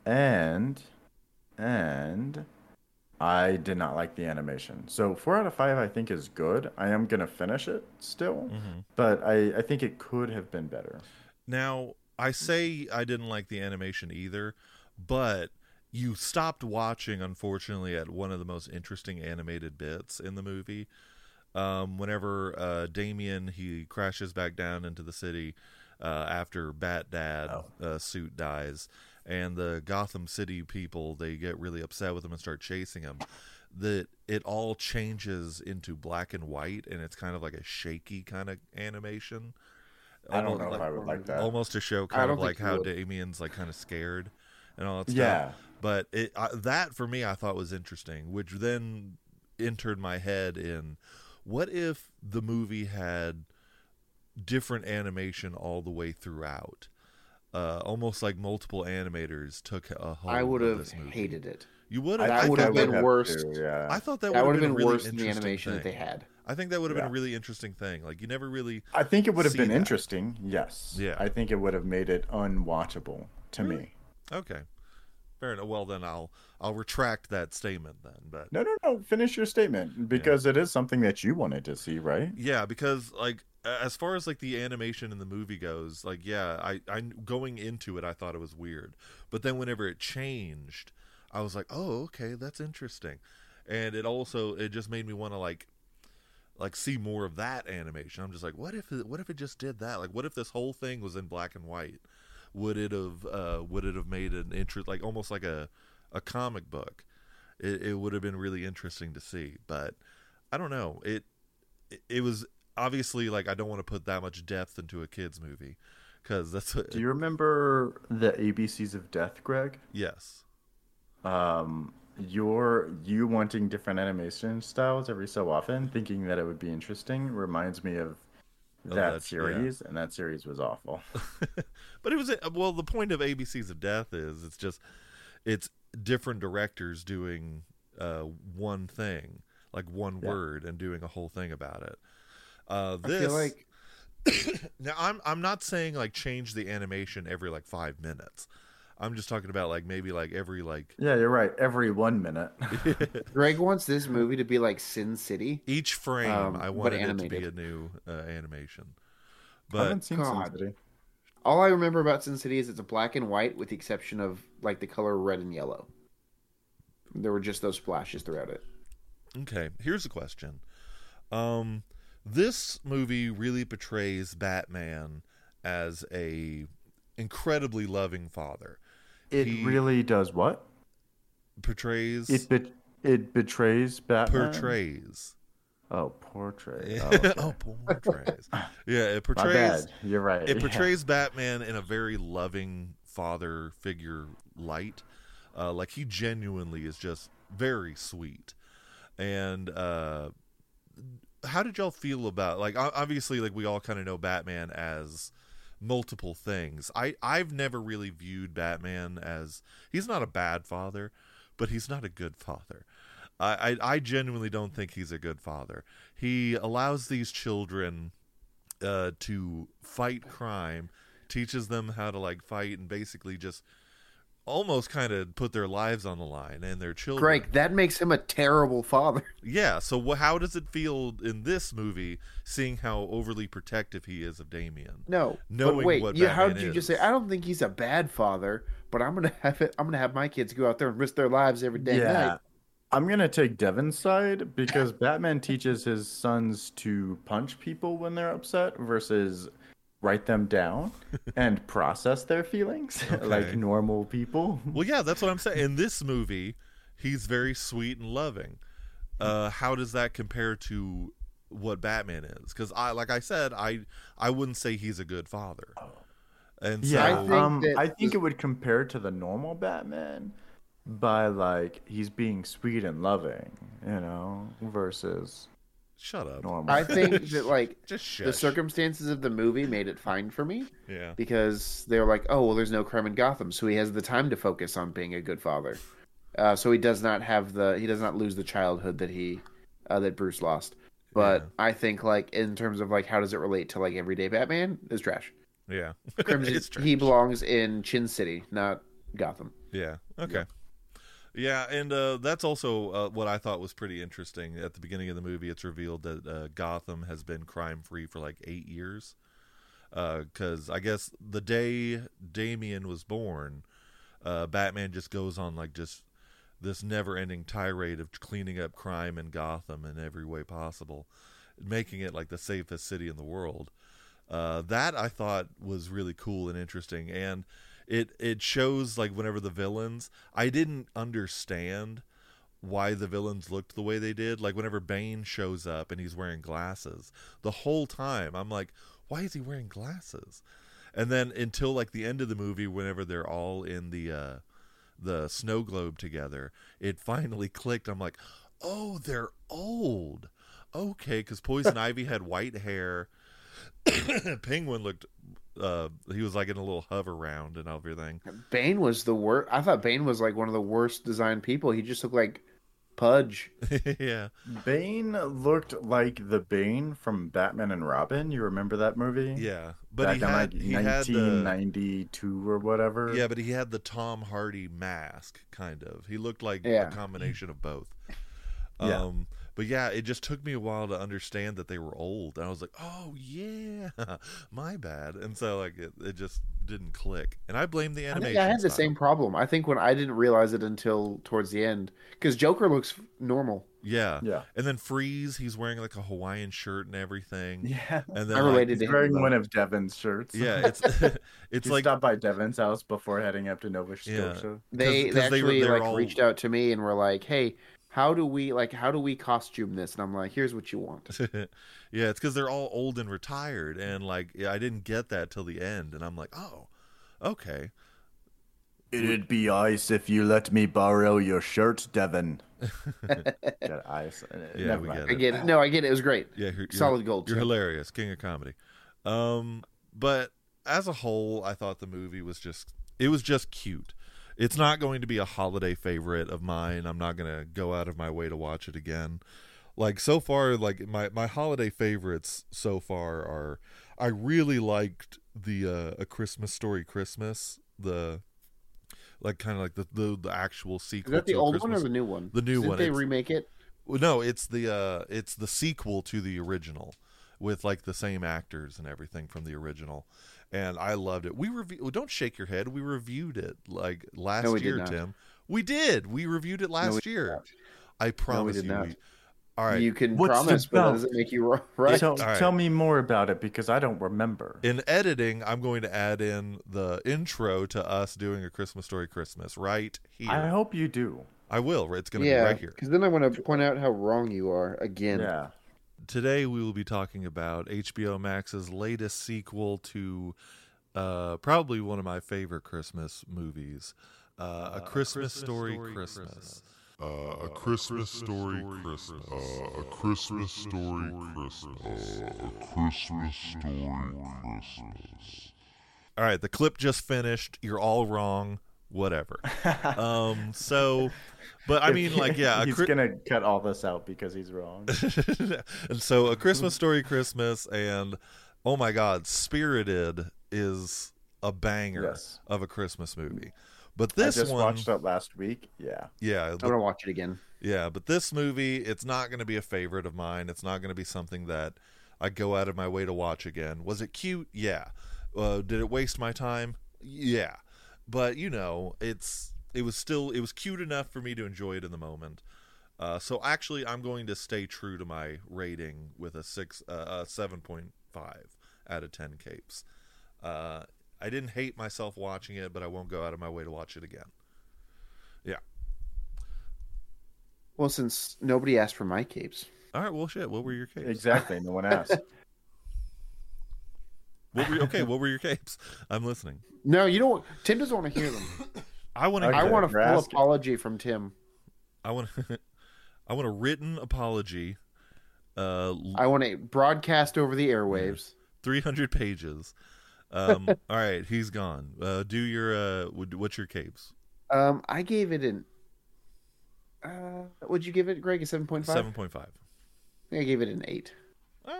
Speaker 3: and and I did not like the animation. So four out of five, I think, is good. I am gonna finish it still,
Speaker 1: hmm
Speaker 3: but I I think it could have been better.
Speaker 1: Now I say I didn't like the animation either, but you stopped watching unfortunately at one of the most interesting animated bits in the movie. Um, whenever uh, Damien he crashes back down into the city uh, after Bat Dad
Speaker 3: Oh.
Speaker 1: uh, suit dies, and the Gotham City people they get really upset with him and start chasing him. That it all changes into black and white, and it's kind of like a shaky kind of animation.
Speaker 3: I don't
Speaker 1: Almost
Speaker 3: know
Speaker 1: like-
Speaker 3: if I would like that.
Speaker 1: almost to show
Speaker 2: I
Speaker 1: kind
Speaker 2: don't
Speaker 1: of
Speaker 2: think
Speaker 1: like
Speaker 2: he
Speaker 1: how
Speaker 2: would.
Speaker 1: Damien's like kind of scared and all that stuff.
Speaker 3: yeah,
Speaker 1: But it I, that for me I thought was interesting, which then entered my head in what if the movie had different animation all the way throughout? Uh, almost like multiple animators took a hold.
Speaker 2: I would
Speaker 1: of
Speaker 2: have
Speaker 1: this movie.
Speaker 2: hated it.
Speaker 1: You would
Speaker 2: That
Speaker 1: have. I,
Speaker 3: think
Speaker 2: would
Speaker 1: thought
Speaker 2: have
Speaker 1: that-
Speaker 2: been
Speaker 3: would
Speaker 2: worse.
Speaker 3: to, yeah.
Speaker 1: I thought that
Speaker 2: That
Speaker 1: would
Speaker 2: would have been
Speaker 1: a really
Speaker 2: worse than the
Speaker 1: interesting
Speaker 2: animation that
Speaker 1: thing.
Speaker 2: they had.
Speaker 1: I think that would have been a
Speaker 3: Yeah.
Speaker 1: really interesting thing. Like you never really.
Speaker 3: I think it would have
Speaker 1: see
Speaker 3: been
Speaker 1: that.
Speaker 3: interesting. Yes.
Speaker 1: Yeah.
Speaker 3: I think it would have made it unwatchable to me.
Speaker 1: Okay. Fair enough. Well, then I'll I'll retract that statement then. But
Speaker 3: No, no, no. Finish your statement because it is something that you wanted to see, right?
Speaker 1: yeah, because like a- as far as like the animation in the movie goes, like yeah, I I going into it I thought it was weird, but then whenever it changed, I was like, oh okay, that's interesting, and it also it just made me want to like like see more of that animation. I'm just like, what if it, what if it just did that? Like, what if this whole thing was in black and white? Would it have uh, would it have made an interest like almost like a a comic book? It, it would have been really interesting to see, but I don't know. It it- it was obviously like I don't want to put that much depth into a kids movie because that's what,
Speaker 3: Do you remember the ABCs of Death, Greg?
Speaker 1: yes,
Speaker 3: um your you wanting different animation styles every so often thinking that it would be interesting reminds me of that,
Speaker 1: Oh, that's-
Speaker 3: series and that series was awful
Speaker 1: but it was well the point of ABCs of Death is it's just it's different directors doing uh, one thing like one
Speaker 3: Yeah.
Speaker 1: word and doing a whole thing about it. Uh,
Speaker 2: I
Speaker 1: this
Speaker 2: feel like
Speaker 1: now I'm I'm not saying like change the animation every like five minutes. I'm just talking about like maybe like every like
Speaker 3: yeah you're right every one minute
Speaker 2: Greg wants this movie to be like Sin City.
Speaker 1: each frame.
Speaker 2: Um,
Speaker 1: I
Speaker 2: but
Speaker 1: wanted it to be a
Speaker 2: animated.
Speaker 1: new uh, animation,
Speaker 3: i
Speaker 1: but
Speaker 3: haven't seen Sin
Speaker 2: God.
Speaker 3: City.
Speaker 2: All I remember about Sin City is it's a black and white, with the exception of like the color red and yellow. There were just those splashes throughout it.
Speaker 1: Okay, here's a question. Um, this movie really portrays Batman as a incredibly loving father.
Speaker 3: it
Speaker 1: He
Speaker 3: really does what
Speaker 1: portrays
Speaker 3: it bet it betrays batman
Speaker 1: portrays.
Speaker 3: oh portray
Speaker 1: Yeah.
Speaker 3: oh, okay.
Speaker 1: oh, portrays. yeah, it
Speaker 3: my
Speaker 1: portrays.
Speaker 3: bad you're right
Speaker 1: It
Speaker 3: Yeah.
Speaker 1: portrays Batman in a very loving father figure light. Uh, like he genuinely is just very sweet. And uh, how did y'all feel about like o- obviously like we all kind of know Batman as multiple things. I I've never really viewed Batman as he's not a bad father, but he's not a good father. I, I, I genuinely don't think he's a good father. He allows these children uh, to fight crime, teaches them how to like fight and basically just almost kind of put their lives on the line and their children.
Speaker 2: Greg, that makes him a terrible father.
Speaker 1: Yeah. So wh- how does it feel in this movie seeing how overly protective he is of Damien?
Speaker 2: No,
Speaker 1: Knowing
Speaker 2: but wait,
Speaker 1: what
Speaker 2: you, how
Speaker 1: Batman
Speaker 2: did you just
Speaker 1: is.
Speaker 2: say? I don't think he's a bad father, but I'm gonna have it. I'm gonna have my kids go out there and risk their lives every day.
Speaker 3: yeah.
Speaker 2: Yeah. Night.
Speaker 3: I'm gonna take Devin's side because Batman teaches his sons to punch people when they're upset versus write them down and process their feelings
Speaker 1: Okay.
Speaker 3: like normal people.
Speaker 1: Well, yeah, that's what I'm saying. In this movie, he's very sweet and loving. Uh, how does that compare to what Batman is? Because I, like I said, I I wouldn't say he's a good father. And so,
Speaker 3: Yeah,
Speaker 2: I
Speaker 3: I
Speaker 2: think
Speaker 3: think, um,
Speaker 2: that-
Speaker 3: I think it would compare to the normal Batman by like he's being sweet and loving, you know, versus
Speaker 1: shut up.
Speaker 3: normal.
Speaker 2: I think that like
Speaker 1: Just shush.
Speaker 2: the circumstances of the movie made it fine for me
Speaker 1: Yeah.
Speaker 2: because they were like, oh well, there's no crime in Gotham, so he has the time to focus on being a good father. Uh, so he does not have the he does not lose the childhood that he uh, that Bruce lost. But
Speaker 1: Yeah.
Speaker 2: I think like in terms of like how does it relate to like everyday Batman is trash.
Speaker 1: Yeah.
Speaker 2: Crimson,
Speaker 1: It's trash.
Speaker 2: he belongs in Chin City, not Gotham.
Speaker 1: Yeah. Okay. Yeah, and uh, that's also uh, what I thought was pretty interesting. At the beginning of the movie, it's revealed that uh, Gotham has been crime free for like eight years. Because I guess the day Damien was born, uh, Batman just goes on like just this never ending tirade of cleaning up crime in Gotham in every way possible, making it like the safest city in the world. Uh, that I thought was really cool and interesting, and it it shows like whenever the villains, I didn't understand why the villains looked the way they did. Like whenever Bane shows up and he's wearing glasses, the whole time I'm like, why is he wearing glasses? And then until like the end of the movie, whenever they're all in the uh, the snow globe together, it finally clicked. I'm like, oh, they're old. Okay, because Poison Ivy had white hair. Penguin looked, uh, he was like in a little hover round and everything.
Speaker 2: Bane was the worst. I thought Bane was like one of the worst designed people. He just looked like Pudge.
Speaker 1: yeah.
Speaker 3: Bane looked like the Bane from Batman and Robin. You remember that movie?
Speaker 1: Yeah. But
Speaker 3: back
Speaker 1: he
Speaker 3: in
Speaker 1: had
Speaker 3: like
Speaker 1: he had the
Speaker 3: 1992 or whatever.
Speaker 1: yeah, but he had the Tom Hardy mask kind of. He looked like
Speaker 2: Yeah.
Speaker 1: a combination of both.
Speaker 3: Yeah.
Speaker 1: Um, but yeah, it just took me a while to understand that they were old, and I was like, "Oh yeah, my bad." And so like it, it just didn't click, and I blame the
Speaker 2: I,
Speaker 1: animation.
Speaker 2: think I had the
Speaker 1: style.
Speaker 2: same problem. I think when I didn't realize it until towards the end, because Joker looks normal.
Speaker 1: Yeah.
Speaker 3: yeah,
Speaker 1: and then Freeze, he's wearing like a Hawaiian shirt and everything,
Speaker 3: yeah.
Speaker 1: and then
Speaker 2: I
Speaker 1: like,
Speaker 2: related to
Speaker 3: He's
Speaker 2: him.
Speaker 3: wearing
Speaker 2: though.
Speaker 3: one of Devin's shirts.
Speaker 1: yeah, it's it's
Speaker 3: he
Speaker 1: like
Speaker 3: stopped by Devin's house before heading up to Nova Scotia.
Speaker 2: they,
Speaker 1: 'Cause-
Speaker 2: they
Speaker 1: 'cause they were-
Speaker 2: actually
Speaker 1: they were
Speaker 2: like
Speaker 1: all-
Speaker 2: reached out to me and were like, "Hey, how do we like how do we costume this?" And I'm like, "Here's what you want."
Speaker 1: yeah, it's because they're all old and retired, and like yeah, I didn't get that till the end, and I'm like, oh, okay,
Speaker 3: It'd be ice if you let me borrow your shirt, Devin. Got ice. Uh,
Speaker 1: Yeah,
Speaker 3: Never
Speaker 1: we
Speaker 3: mind.
Speaker 1: get
Speaker 2: I get it. No, I get it. It was great.
Speaker 1: yeah, you're, you're-
Speaker 2: Solid gold.
Speaker 1: You're
Speaker 2: too.
Speaker 1: hilarious, king of comedy. Um, but as a whole, I thought the movie was just it was just cute. It's not going to be a holiday favorite of mine. I'm not going to go out of my way to watch it again. Like so far, like my my holiday favorites so far are I really liked the uh, a Christmas Story Christmas the like kind of like the, the the actual
Speaker 2: Is
Speaker 1: sequel.
Speaker 2: that the
Speaker 1: to A
Speaker 2: old one
Speaker 1: Christmas-
Speaker 2: or the new one?
Speaker 1: The new
Speaker 2: Didn't
Speaker 1: one,
Speaker 2: They
Speaker 1: it's-
Speaker 2: remake it.
Speaker 1: well, No, it's the uh, it's the sequel to the original, with like the same actors and everything from the original, and I loved it. We review. Don't shake your head. We reviewed it like last
Speaker 2: we did
Speaker 1: year,
Speaker 2: not.
Speaker 1: Tim. We did. We reviewed it last
Speaker 2: did
Speaker 1: year. I promise
Speaker 2: did
Speaker 1: you.
Speaker 2: not.
Speaker 1: we- all right.
Speaker 2: You can
Speaker 3: What's the
Speaker 2: promise, but that
Speaker 3: belt?
Speaker 2: doesn't make you wrong, right.
Speaker 3: Tell,
Speaker 1: All right.
Speaker 3: tell me more about it because I don't remember.
Speaker 1: in editing, I'm going to add in the intro to us doing a Christmas story Christmas right here.
Speaker 3: I hope you do.
Speaker 1: I will. It's going to be
Speaker 2: yeah,
Speaker 1: right here.
Speaker 2: because then I want to point out how wrong you are again.
Speaker 3: Yeah.
Speaker 1: Today we will be talking about HBO Max's latest sequel to uh, probably one of my favorite Christmas movies, uh, A Christmas, Story, Christmas.
Speaker 4: Uh, a Christmas story Christmas. Uh, a Christmas story Christmas. Uh, a Christmas story Christmas.
Speaker 1: All right, the clip just finished. You're all wrong. Whatever. um, so, but I mean, like, yeah, a
Speaker 3: he's
Speaker 1: Chri-
Speaker 3: gonna cut all this out because he's wrong.
Speaker 1: and so a christmas story christmas and oh my god spirited is a banger
Speaker 3: Yes.
Speaker 1: of a christmas movie but this
Speaker 3: I just
Speaker 1: one
Speaker 3: watched it last week. Yeah.
Speaker 1: yeah
Speaker 2: I'm gonna watch it again.
Speaker 1: yeah but this movie it's not going to be a favorite of mine it's not going to be something that i go out of my way to watch again was it cute yeah uh, did it waste my time yeah but you know it's it was still it was cute enough for me to enjoy it in the moment uh, so actually i'm going to stay true to my rating with a 6 uh, a 7.5 out of 10 capes uh, i didn't hate myself watching it but i won't go out of my way to watch it again
Speaker 2: Well, since nobody asked for my capes,
Speaker 1: all right well shit what were your capes
Speaker 3: Exactly. No one asked.
Speaker 1: What were, okay, what were your capes? I'm listening.
Speaker 2: no, you don't. Tim doesn't want to hear them.
Speaker 1: I want to.
Speaker 3: Okay.
Speaker 2: I want a full
Speaker 3: you're asking.
Speaker 2: apology from Tim.
Speaker 1: I want. I want a written apology. Uh,
Speaker 2: I want to broadcast over the airwaves.
Speaker 1: 300 pages. Um, all right, he's gone. Uh, do your. Uh, would- what's your capes?
Speaker 2: Um, I gave it an. Uh, would you give it, Greg, a seven point five?
Speaker 1: Seven point five.
Speaker 2: I gave it an eight.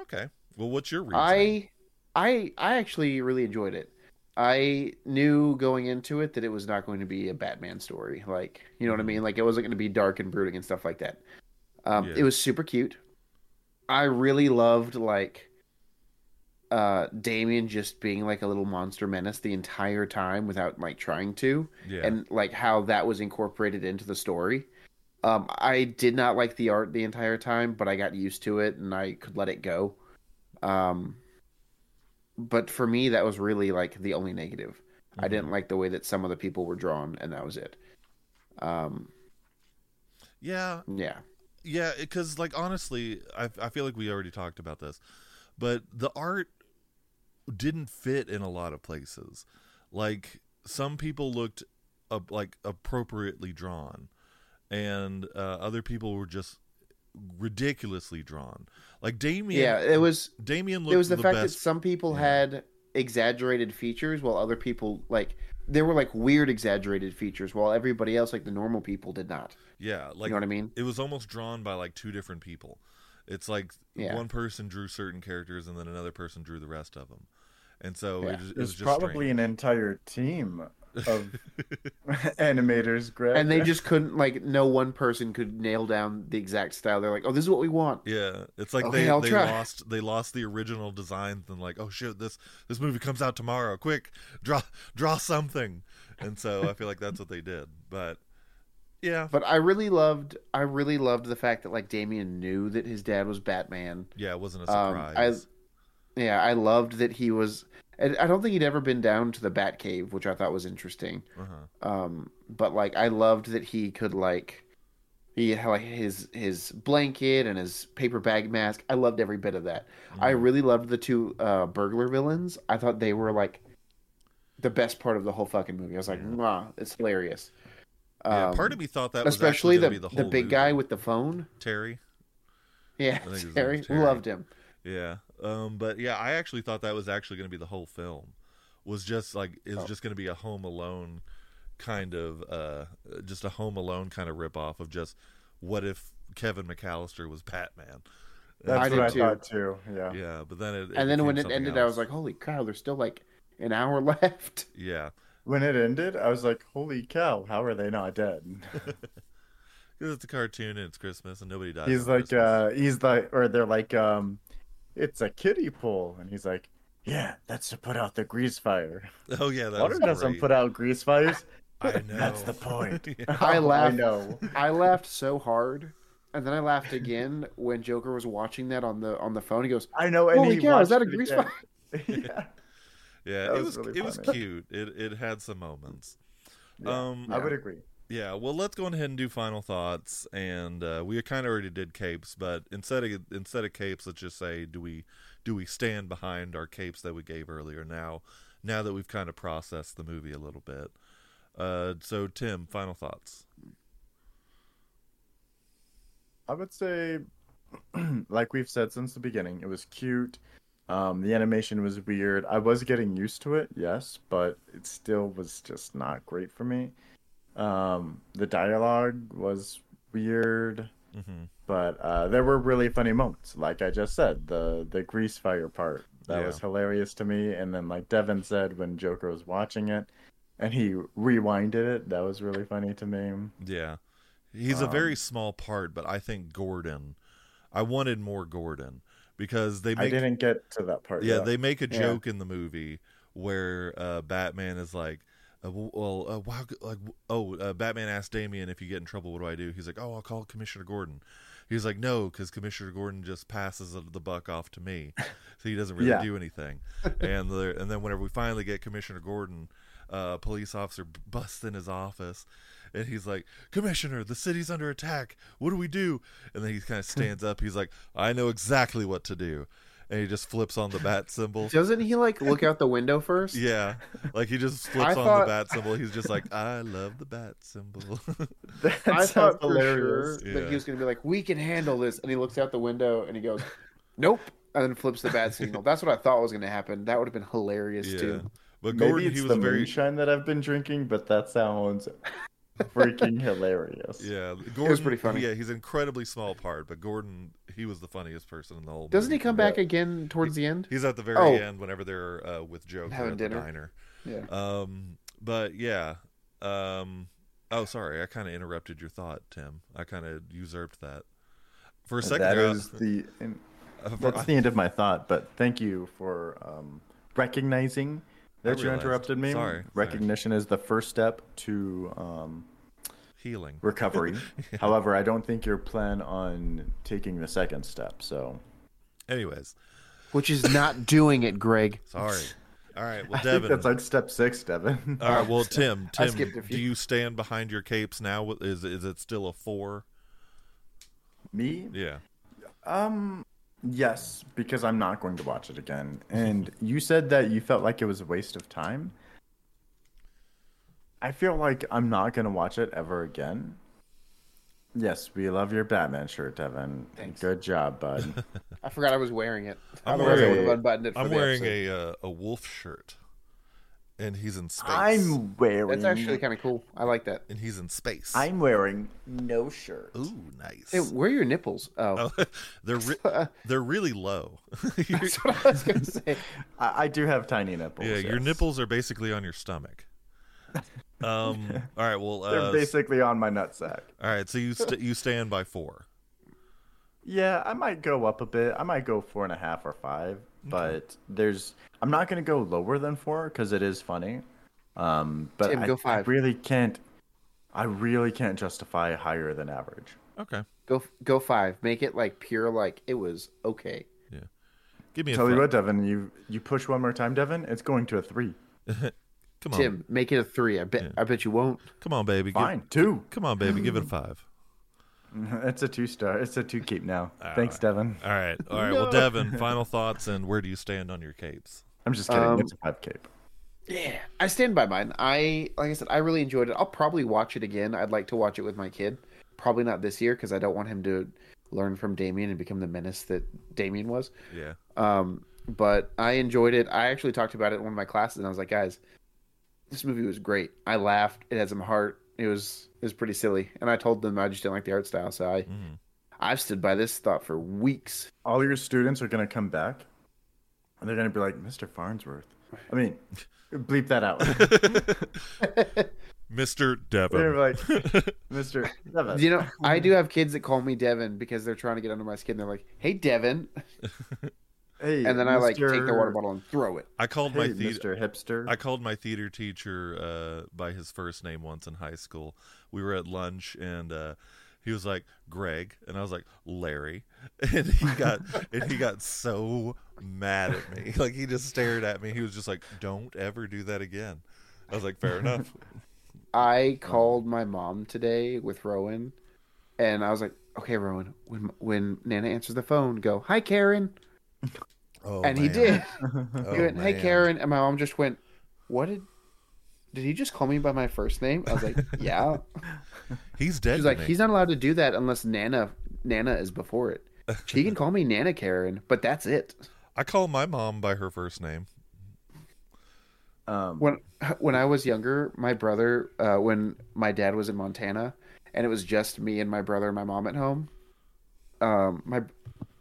Speaker 1: Okay. Well, what's your reason?
Speaker 2: I, I, I actually really enjoyed it. I knew going into it that it was not going to be a Batman story. Like, you
Speaker 1: Mm-hmm.
Speaker 2: know what I mean? Like, it wasn't going to be dark and brooding and stuff like that. Um,
Speaker 1: Yeah.
Speaker 2: It was super cute. I really loved like uh Damien just being like a little monster menace the entire time without like trying to
Speaker 1: Yeah.
Speaker 2: and like how that was incorporated into the story. Um, I did not like the art the entire time, but I got used to it and I could let it go. Um, but for me, that was really like the only negative. I
Speaker 1: Mhm.
Speaker 2: didn't like the way that some of the people were drawn, and that was it. Um,
Speaker 1: Yeah.
Speaker 2: yeah,
Speaker 1: Yeah. Because like honestly, I I feel like we already talked about this, but the art didn't fit in a lot of places. Like some people looked up, like appropriately drawn, and uh, other people were just ridiculously drawn. Like Damien,
Speaker 2: yeah. It was
Speaker 1: Damien looked
Speaker 2: it was the, fact that
Speaker 1: best.
Speaker 2: some people
Speaker 1: yeah.
Speaker 2: had exaggerated features, while other people like there were like weird exaggerated features, while everybody else, like the normal people, did not.
Speaker 1: yeah, like
Speaker 2: you know what I mean?
Speaker 1: it was almost drawn by like two different people. It's like
Speaker 2: Yeah.
Speaker 1: one person drew certain characters and then another person drew the rest of them, and so
Speaker 2: Yeah.
Speaker 1: it, was- it was
Speaker 3: There's
Speaker 1: just
Speaker 3: probably
Speaker 1: strange.
Speaker 3: an entire team of animators, Greg.
Speaker 2: and they just couldn't like no one person could nail down the exact style. They're like, oh, this is what we want.
Speaker 1: Yeah, it's like
Speaker 2: Okay,
Speaker 1: they,
Speaker 2: I'll
Speaker 1: they
Speaker 2: try.
Speaker 1: lost they lost the original design and like oh shit this this movie comes out tomorrow quick draw draw something and so I feel like that's what they did but yeah
Speaker 2: But I really loved, I really loved the fact that like Damien knew that his dad was Batman.
Speaker 1: yeah it wasn't a
Speaker 2: Um, I,
Speaker 1: surprise
Speaker 2: yeah, I loved that he was. And I don't think he'd ever been down to the Batcave, which I thought was interesting.
Speaker 1: uh-huh.
Speaker 2: um but like i loved that he could like he had like his his blanket and his paper bag mask i loved every bit of that i
Speaker 1: Mm.
Speaker 2: really loved the two uh burglar villains i thought they were like the best part of the whole fucking movie i was like
Speaker 1: Yeah.
Speaker 2: wow it's hilarious
Speaker 1: yeah
Speaker 2: Um,
Speaker 1: part of me thought that was
Speaker 2: especially
Speaker 1: actually gonna
Speaker 2: the, the,
Speaker 1: be the, whole
Speaker 2: big guy
Speaker 1: movie.
Speaker 2: with the phone
Speaker 1: Terry
Speaker 2: yeah
Speaker 1: think his name's
Speaker 2: Terry,
Speaker 1: Terry.
Speaker 2: loved him
Speaker 1: Yeah. Um, but yeah, I actually thought that was actually going to be the whole film. Was just like is
Speaker 2: Oh.
Speaker 1: just going to be a Home Alone kind of uh just a Home Alone kind of rip off of just what if Kevin McAllister was Batman.
Speaker 3: That's
Speaker 2: I
Speaker 3: what I
Speaker 2: did too.
Speaker 3: thought too. Yeah.
Speaker 1: Yeah, but then it,
Speaker 2: and then when it
Speaker 1: became
Speaker 2: ended
Speaker 1: something
Speaker 2: i was
Speaker 1: else.
Speaker 2: like holy cow there's still like an hour left
Speaker 1: yeah.
Speaker 3: When it ended, I was like, "Holy cow! How are they not dead?"
Speaker 1: 'Cause it's a cartoon and it's Christmas and nobody dies.
Speaker 3: he's
Speaker 1: on
Speaker 3: like,
Speaker 1: Christmas.
Speaker 3: uh, he's like, or they're like, um, "It's a kiddie pool," and he's like, "Yeah, that's to put out the grease fire.
Speaker 1: oh yeah, that
Speaker 3: uh, Water
Speaker 1: was
Speaker 3: doesn't
Speaker 1: great.
Speaker 3: put out grease fires.
Speaker 1: I know.
Speaker 3: That's the point."
Speaker 1: Yeah.
Speaker 2: I laughed.
Speaker 3: I know.
Speaker 2: I laughed so hard, and then I laughed again when Joker was watching that on the on the phone. He goes,
Speaker 3: I know. And
Speaker 2: Holy
Speaker 3: he
Speaker 2: cow, is
Speaker 3: watched
Speaker 2: that a
Speaker 3: it
Speaker 2: grease
Speaker 3: again. yeah.
Speaker 1: Yeah,
Speaker 3: That
Speaker 1: it was
Speaker 3: was really
Speaker 1: it was
Speaker 3: funny.
Speaker 1: cute. It it had some moments.
Speaker 3: Yeah.
Speaker 1: Um
Speaker 3: I would agree.
Speaker 1: Yeah, well, let's go on ahead and do final thoughts, and uh, we kind of already did capes, but instead of instead of capes, let's just say, do we do we stand behind our capes that we gave earlier? Now, now that we've kind of processed the movie a little bit, uh, so Tim, final thoughts.
Speaker 3: I would say, like we've said since the beginning, it was cute. Um, the animation was weird. I was getting used to it, yes, but it still was just not great for me. Um, the dialogue was weird,
Speaker 1: Mm-hmm.
Speaker 3: but uh, there were really funny moments. Like I just said, the the grease fire part that
Speaker 1: Yeah.
Speaker 3: was hilarious to me, and then like Devin said when Joker was watching it, and he rewinded it, that was really funny to me.
Speaker 1: Yeah, he's a very
Speaker 3: Um,
Speaker 1: small part, but I think Gordon. I wanted more Gordon because they
Speaker 3: I
Speaker 1: make
Speaker 3: didn't get to that part.
Speaker 1: Yeah,
Speaker 3: yet.
Speaker 1: they make a
Speaker 2: Yeah.
Speaker 1: joke in the movie where uh, Batman is like, uh, w- "Well, uh, wow, g- like, w- oh, uh, Batman asked Damien if you get in trouble, what do I do?" He's like, "Oh, I'll call Commissioner Gordon." He's like, "No, because Commissioner Gordon just passes the buck off to me, so he doesn't really
Speaker 3: Yeah.
Speaker 1: do anything." and the, and then whenever we finally get Commissioner Gordon, uh, police officer b- busts in his office, and he's like, "Commissioner, the city's under attack. What do we do?" And then he
Speaker 2: Hmm.
Speaker 1: kind of stands up. He's like, "I know exactly what to do." And he just flips on the bat symbol.
Speaker 2: "Doesn't he like look out the window first?
Speaker 1: Yeah, like he just flips on the
Speaker 2: thought-
Speaker 1: bat symbol. He's just like, "I love the bat symbol."
Speaker 3: That
Speaker 2: I
Speaker 3: sounds
Speaker 2: thought for
Speaker 3: hilarious.
Speaker 2: sure that
Speaker 1: Yeah.
Speaker 2: he was going to be like, "We can handle this," and he looks out the window and he goes, "Nope," and then flips the bat signal. That's what I thought was going to happen. That would have been hilarious
Speaker 1: yeah,
Speaker 2: too.
Speaker 1: but
Speaker 3: Maybe
Speaker 1: Gordon,
Speaker 3: it's
Speaker 1: he was
Speaker 3: the
Speaker 1: very
Speaker 3: moonshine that I've been drinking, but that sounds freaking hilarious.
Speaker 1: yeah. Gordon
Speaker 2: pretty funny.
Speaker 1: Yeah, he's an incredibly small part, but Gordon, he was the funniest person in the whole.
Speaker 2: Doesn't he
Speaker 1: movie.
Speaker 2: come back again towards the end?
Speaker 1: He's at the very
Speaker 2: Oh.
Speaker 1: end whenever they're uh, with Joker
Speaker 2: Having
Speaker 1: at the
Speaker 2: dinner.
Speaker 1: diner.
Speaker 2: Yeah.
Speaker 1: Um, but yeah. Um, oh, sorry, I kind of interrupted your thought, Tim. I kind of usurped that. For a second,
Speaker 3: that
Speaker 1: there, I-
Speaker 3: is the and
Speaker 1: uh, for-
Speaker 3: that's the end of my thought. But thank you for um, recognizing that you
Speaker 1: realized.
Speaker 3: interrupted me.
Speaker 1: Sorry, sorry.
Speaker 3: Recognition is the first step to um,
Speaker 1: healing.
Speaker 3: recovery. However, I don't think you plan on taking the second step. So
Speaker 1: Anyways,
Speaker 2: Which is not doing it, Greg.
Speaker 1: sorry. All right, well,
Speaker 3: I think
Speaker 1: Devin. Uh,
Speaker 3: that's like step six, Devin.
Speaker 1: All right, well, Tim,
Speaker 2: I
Speaker 1: Tim,
Speaker 2: skipped a
Speaker 1: do
Speaker 2: few.
Speaker 1: you stand behind your capes now? With- Is is it still a four?
Speaker 3: me,
Speaker 1: Yeah.
Speaker 3: Um, yes, because I'm not going to watch it again. And you said that you felt like it was a waste of time. I feel like I'm not going to watch it ever again. Yes, we love your Batman shirt, Devin.
Speaker 2: Thanks.
Speaker 3: Good job, bud.
Speaker 2: I forgot I was wearing it.
Speaker 1: I'm
Speaker 2: Otherwise, I
Speaker 1: wearing uh,
Speaker 2: would have
Speaker 3: a-
Speaker 2: unbuttoned it. For
Speaker 1: I'm
Speaker 2: the
Speaker 1: wearing
Speaker 2: episode.
Speaker 1: a uh, a wolf shirt, and he's in space.
Speaker 3: I'm wearing.
Speaker 2: That's actually kind of cool. I like that.
Speaker 1: and he's in space.
Speaker 3: I'm wearing no shirt.
Speaker 1: Ooh, nice.
Speaker 2: Hey, where are your nipples? Oh,
Speaker 1: Oh, they're re- they're really low. Your-
Speaker 2: that's what I was gonna say.
Speaker 3: I, I do have tiny nipples.
Speaker 1: yeah, your
Speaker 3: yes.
Speaker 1: nipples are basically on your stomach. Um. all right. Well.
Speaker 3: They're
Speaker 1: Uh,
Speaker 3: basically on my nutsack.
Speaker 1: all right. So you st- you stand by four.
Speaker 3: Yeah, I might go up a bit. I might go four and a half or five, but there's. I'm not gonna go lower than four because it is funny. Um, but
Speaker 2: Tim,
Speaker 3: I,
Speaker 2: go
Speaker 3: I
Speaker 2: five.
Speaker 3: really can't. I really can't justify higher than average.
Speaker 1: Okay.
Speaker 2: Go go five. Make it like pure. Like it was okay.
Speaker 1: Give me a
Speaker 3: Tell you
Speaker 1: fun-
Speaker 3: what, Devin, you you push one more time, Devin, it's going to a three.
Speaker 1: Come on.
Speaker 2: Tim, make it a three. I bet. I bet you won't.
Speaker 1: Come on, baby. Give-
Speaker 3: Fine, two.
Speaker 1: come on, baby. Give it a five.
Speaker 3: It's a two star. It's a two keep now. Thanks, Devin.
Speaker 1: All right. All right. Well, Devin, final thoughts and where do you stand on your capes?
Speaker 3: I'm just kidding.
Speaker 2: Um,
Speaker 3: it's a five cape.
Speaker 2: Yeah, I stand by mine. I like I said, I really enjoyed it. I'll probably watch it again. I'd like to watch it with my kid. Probably not this year because I don't want him to learn from Damien and become the menace that Damien was.
Speaker 1: Yeah.
Speaker 2: Um, but I enjoyed it. I actually talked about it in one of my classes, and I was like, guys, this movie was great. I laughed. It had some heart. It was it was pretty silly. And I told them I just didn't like the art style. So I
Speaker 1: Mm.
Speaker 2: I've stood by this thought for weeks.
Speaker 3: All your students are gonna come back, and they're gonna be like, Mr. Farnsworth. I mean, bleep that out.
Speaker 1: Mr.
Speaker 3: they're
Speaker 1: Mm-hmm. Devin.
Speaker 3: like, Mr. Devin.
Speaker 2: You know, I do have kids that call me Devin because they're trying to get under my skin. They're like, "Hey, Devin,"
Speaker 3: hey,
Speaker 2: and then I like
Speaker 3: Mr.
Speaker 2: take their water bottle and throw it.
Speaker 1: I called my
Speaker 3: Hey,
Speaker 1: theater.
Speaker 3: Mr. Hipster.
Speaker 1: I called my theater teacher uh, by his first name once in high school. We were at lunch and uh, he was like Greg, and I was like Larry, and he got and he got so mad at me. Like he just stared at me. He was just like, "Don't ever do that again." I was like, "Fair enough."
Speaker 2: I called my mom today with Rowan, and I was like, "Okay, Rowan, when when Nana answers the phone, go hi, Karen,"
Speaker 1: Oh,
Speaker 2: and he
Speaker 1: man.
Speaker 2: did.
Speaker 1: Oh,
Speaker 2: he went, "Hey,
Speaker 1: man.
Speaker 2: Karen," and my mom just went, "What did?" Did he just call me by my first name? I was like, "Yeah."
Speaker 1: He's dead.
Speaker 2: She's
Speaker 1: to
Speaker 2: like,
Speaker 1: me.
Speaker 2: "He's not allowed to do that unless Nana Nana is before it. She can call me Nana Karen, but that's it."
Speaker 1: I call my mom by her first name.
Speaker 3: um,
Speaker 2: when when I was younger, my brother, uh, when my dad was in Montana, and it was just me and my brother and my mom at home. Um, my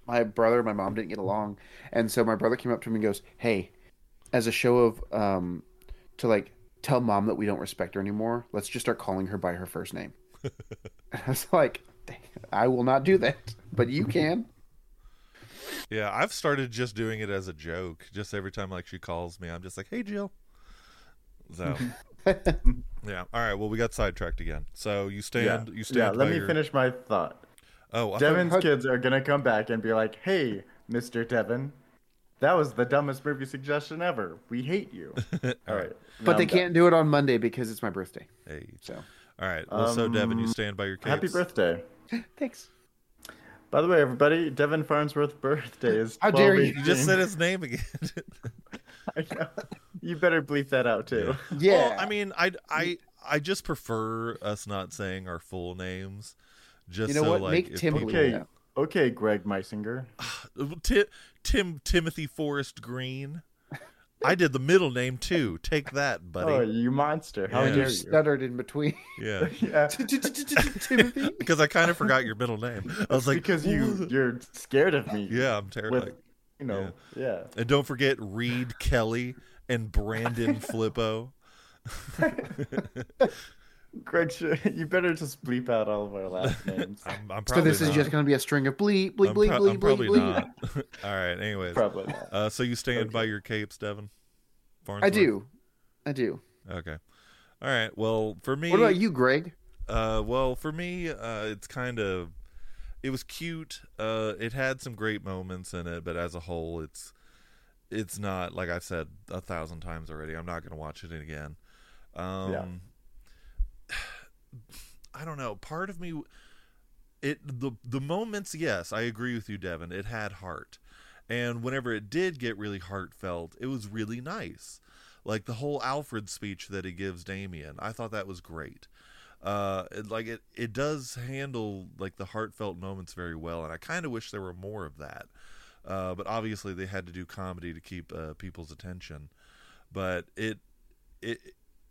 Speaker 2: my brother and my mom didn't get along, and so my brother came up to me and goes, "Hey, as a show of um, to like tell mom that we don't respect her anymore, let's just start calling her by her first name." I was like, "Dang, "I will not do that, but you can."
Speaker 1: Yeah, I've started just doing it as a joke. Just every time like she calls me, I'm just like, "Hey, Jill." So, yeah. All right. Well, we got sidetracked again. So you
Speaker 3: yeah,
Speaker 1: stand. You stand.
Speaker 3: yeah. Let
Speaker 1: by
Speaker 3: me
Speaker 1: your-
Speaker 3: finish my thought.
Speaker 1: Oh, I thought-
Speaker 3: Devin's kids are gonna come back and be like, "Hey, Mr. Devin, that was the dumbest movie suggestion ever. We hate you." All right, Um,
Speaker 2: But they
Speaker 3: now I'm done.
Speaker 2: can't do it on Monday because it's my birthday.
Speaker 1: Hey.
Speaker 2: So
Speaker 1: All right. Well, so Devin, you stand by your capes.
Speaker 3: Um, Happy birthday!
Speaker 2: thanks.
Speaker 3: By the way, everybody, Devin Farnsworth's birthday is.
Speaker 2: How dare
Speaker 3: 12
Speaker 2: you.
Speaker 1: You just said his name again.
Speaker 3: I know. you better bleep that out too.
Speaker 2: Yeah,
Speaker 1: Well, I mean, I I I just prefer us not saying our full names. Just
Speaker 2: you know
Speaker 1: so
Speaker 2: what?
Speaker 1: like
Speaker 2: Make
Speaker 1: if
Speaker 2: Tim
Speaker 1: people-
Speaker 2: bleep
Speaker 3: Okay,
Speaker 2: it out.
Speaker 3: okay, Greg Meisinger.
Speaker 1: Tim, Tim Timothy Forrest Green. I did the middle name too. Take that, buddy.
Speaker 3: Oh, you monster! How
Speaker 1: Yeah.
Speaker 3: dare
Speaker 2: you
Speaker 3: you?
Speaker 2: stuttered in between.
Speaker 1: Yeah.
Speaker 3: Yeah,
Speaker 2: Timothy?
Speaker 1: Because I kind of forgot your middle name. I was like,
Speaker 3: because
Speaker 1: "What
Speaker 3: you
Speaker 1: was it?"
Speaker 3: you're scared of me.
Speaker 1: Yeah, I'm terrified.
Speaker 3: With you know, yeah.
Speaker 1: And don't forget Reed Kelly and Brandon Flippo.
Speaker 3: Greg, should, you better just bleep out all of our last names.
Speaker 1: I'm, I'm
Speaker 2: So
Speaker 1: probably
Speaker 2: this is
Speaker 1: not.
Speaker 2: just going to be a string of bleep, bleep,
Speaker 1: I'm,
Speaker 2: bleep,
Speaker 1: pro-
Speaker 2: bleep,
Speaker 1: I'm
Speaker 2: bleep,
Speaker 1: probably
Speaker 2: bleep.
Speaker 1: not. All right. Anyways,
Speaker 3: Probably not.
Speaker 1: uh, so you stand by your capes, Devin.
Speaker 2: I
Speaker 1: Farnsworth?
Speaker 2: do, I do.
Speaker 1: Okay. All right. Well, for me,
Speaker 2: What about you, Greg?
Speaker 1: Uh, well, for me, uh, it's kind of it was cute. Uh, it had some great moments in it, but as a whole, it's it's not like I've said a thousand times already. I'm not going to watch it again. Um,
Speaker 3: Yeah.
Speaker 1: I don't know. Part of me, it the the moments. Yes, I agree with you, Devin. It had heart, and whenever it did get really heartfelt, it was really nice. Like the whole Alfred speech that he gives Damien, I thought that was great uh it- like it it does handle like the heartfelt moments very well and i kind of wish there were more of that uh but obviously they had to do comedy to keep uh people's attention but it it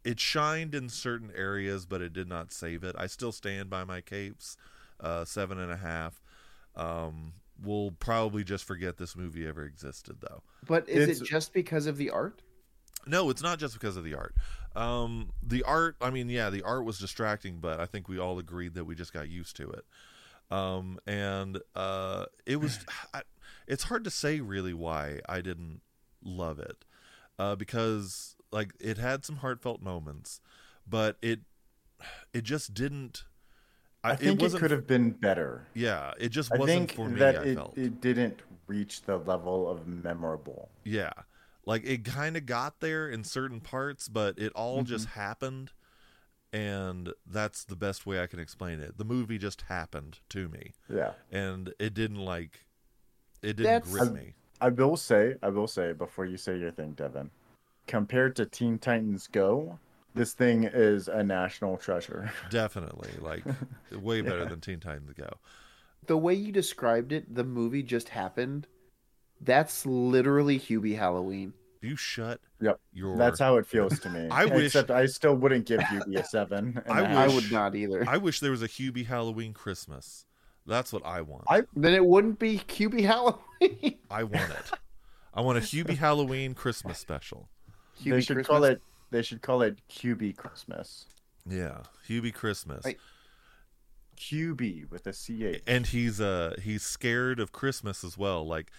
Speaker 1: it shined in certain areas, but it did not save it. I still stand by my capes, uh, seven and a half. Um, we'll probably just forget this movie ever existed, though.
Speaker 2: But is it
Speaker 3: It's-
Speaker 2: just because of the art?
Speaker 1: No, it's not just because of the art. Um, the art, I mean, yeah, the art was distracting, but I think we all agreed that we just got used to it. Um, and uh, it was, I, it's hard to say really why I didn't love it, uh, because like it had some heartfelt moments, but it, it just didn't.
Speaker 3: I think it
Speaker 1: wasn't-
Speaker 3: could have been better.
Speaker 1: Yeah, it just
Speaker 3: I
Speaker 1: wasn't
Speaker 3: think
Speaker 1: for me.
Speaker 3: that
Speaker 1: I
Speaker 3: it,
Speaker 1: felt.
Speaker 3: it didn't reach the level of memorable.
Speaker 1: Yeah. Like it kind of got there in certain parts, but it all just happened. And that's the best way I can explain it. The movie just happened to me.
Speaker 3: Yeah.
Speaker 1: And it didn't like, it didn't
Speaker 2: That's-
Speaker 1: grip
Speaker 3: Um,
Speaker 1: me.
Speaker 3: I will say, I will say before you say your thing, Devin, compared to Teen Titans Go, this thing is a national treasure.
Speaker 1: Definitely. Like way better than Teen Titans Go.
Speaker 2: The way you described it, the movie just happened. That's literally Hubie Halloween.
Speaker 1: You shut
Speaker 3: Yep.
Speaker 1: your.
Speaker 3: That's how it feels to me.
Speaker 1: I wish-
Speaker 3: Except I still wouldn't give Yubi a seven. and
Speaker 1: I
Speaker 3: a
Speaker 1: wish-
Speaker 2: I
Speaker 3: half.
Speaker 2: would not either.
Speaker 1: I wish there was a Hubie Halloween Christmas. That's what I want.
Speaker 3: I-
Speaker 2: Then it wouldn't be Hubie Halloween.
Speaker 1: I want it. I want a Hubie Halloween Christmas special.
Speaker 3: They
Speaker 2: Hubie
Speaker 3: should call
Speaker 2: Christmas?
Speaker 3: it. They should call it QB Christmas.
Speaker 1: Yeah. Hubie Christmas.
Speaker 2: I-
Speaker 3: QB with a CH.
Speaker 1: and he's uh he's scared of Christmas as well, like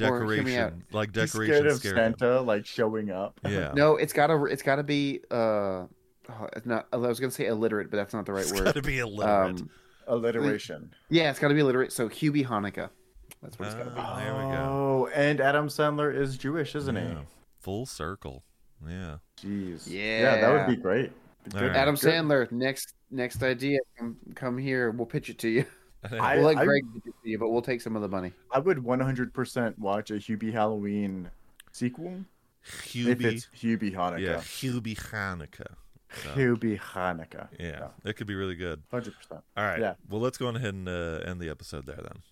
Speaker 2: Or, hear me out.
Speaker 1: decoration, like
Speaker 3: He's
Speaker 1: decoration
Speaker 3: scared of
Speaker 1: scared him.
Speaker 3: Santa like showing up.
Speaker 1: Yeah,
Speaker 2: No, it's gotta it's gotta be uh, oh, it's not. I was gonna say illiterate, but that's not the right
Speaker 1: it's
Speaker 2: word.
Speaker 1: got to be illiterate.
Speaker 2: Um,
Speaker 3: Alliteration.
Speaker 2: yeah, it's gotta be illiterate. So Hubie Hanukkah. That's what it's gotta be.
Speaker 1: Ah, there we go.
Speaker 3: Oh, and Adam Sandler is Jewish, isn't
Speaker 1: Yeah. Full circle. Yeah.
Speaker 3: he? Jeez.
Speaker 2: Yeah.
Speaker 3: that would be great.
Speaker 1: All right.
Speaker 2: Adam
Speaker 3: Good.
Speaker 2: Sandler, next next idea, come, come here. We'll pitch it to you.
Speaker 3: I-
Speaker 2: We'll let
Speaker 3: I-
Speaker 2: Greg pitch it to you, but we'll take some of the money.
Speaker 3: I would 100% watch a Hubie Halloween sequel if
Speaker 1: Hubie.
Speaker 3: it's Hubie Hanukkah.
Speaker 1: Yeah, Hubie Hanukkah. So,
Speaker 3: Hubie Hanukkah.
Speaker 1: yeah, it could be really good.
Speaker 3: 100%.
Speaker 1: All right.
Speaker 3: Yeah.
Speaker 1: Well, let's go on ahead and uh, end the episode there then.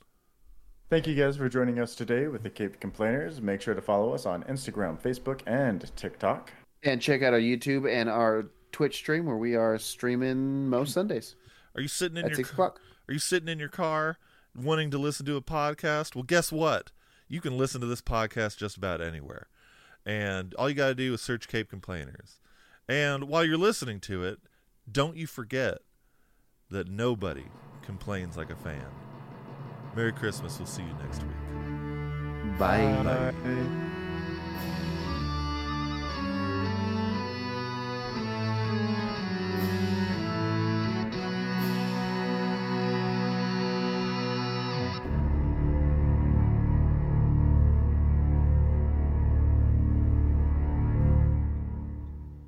Speaker 3: Thank you guys for joining us today with the Cape Complainers. Make sure to follow us on Instagram, Facebook, and TikTok.
Speaker 2: And check out our YouTube and our Twitch stream where we are streaming most Sundays
Speaker 1: Are you sitting in
Speaker 2: at
Speaker 1: your
Speaker 2: six
Speaker 1: ca-
Speaker 2: o'clock.
Speaker 1: Are you sitting in your car wanting to listen to a podcast? Well, guess what? You can listen to this podcast just about anywhere. And all you got to do is search Cape Complainers. And while you're listening to it, don't you forget that nobody complains like a fan. Merry Christmas. We'll see you next week.
Speaker 2: Bye.
Speaker 1: Bye.
Speaker 3: Bye.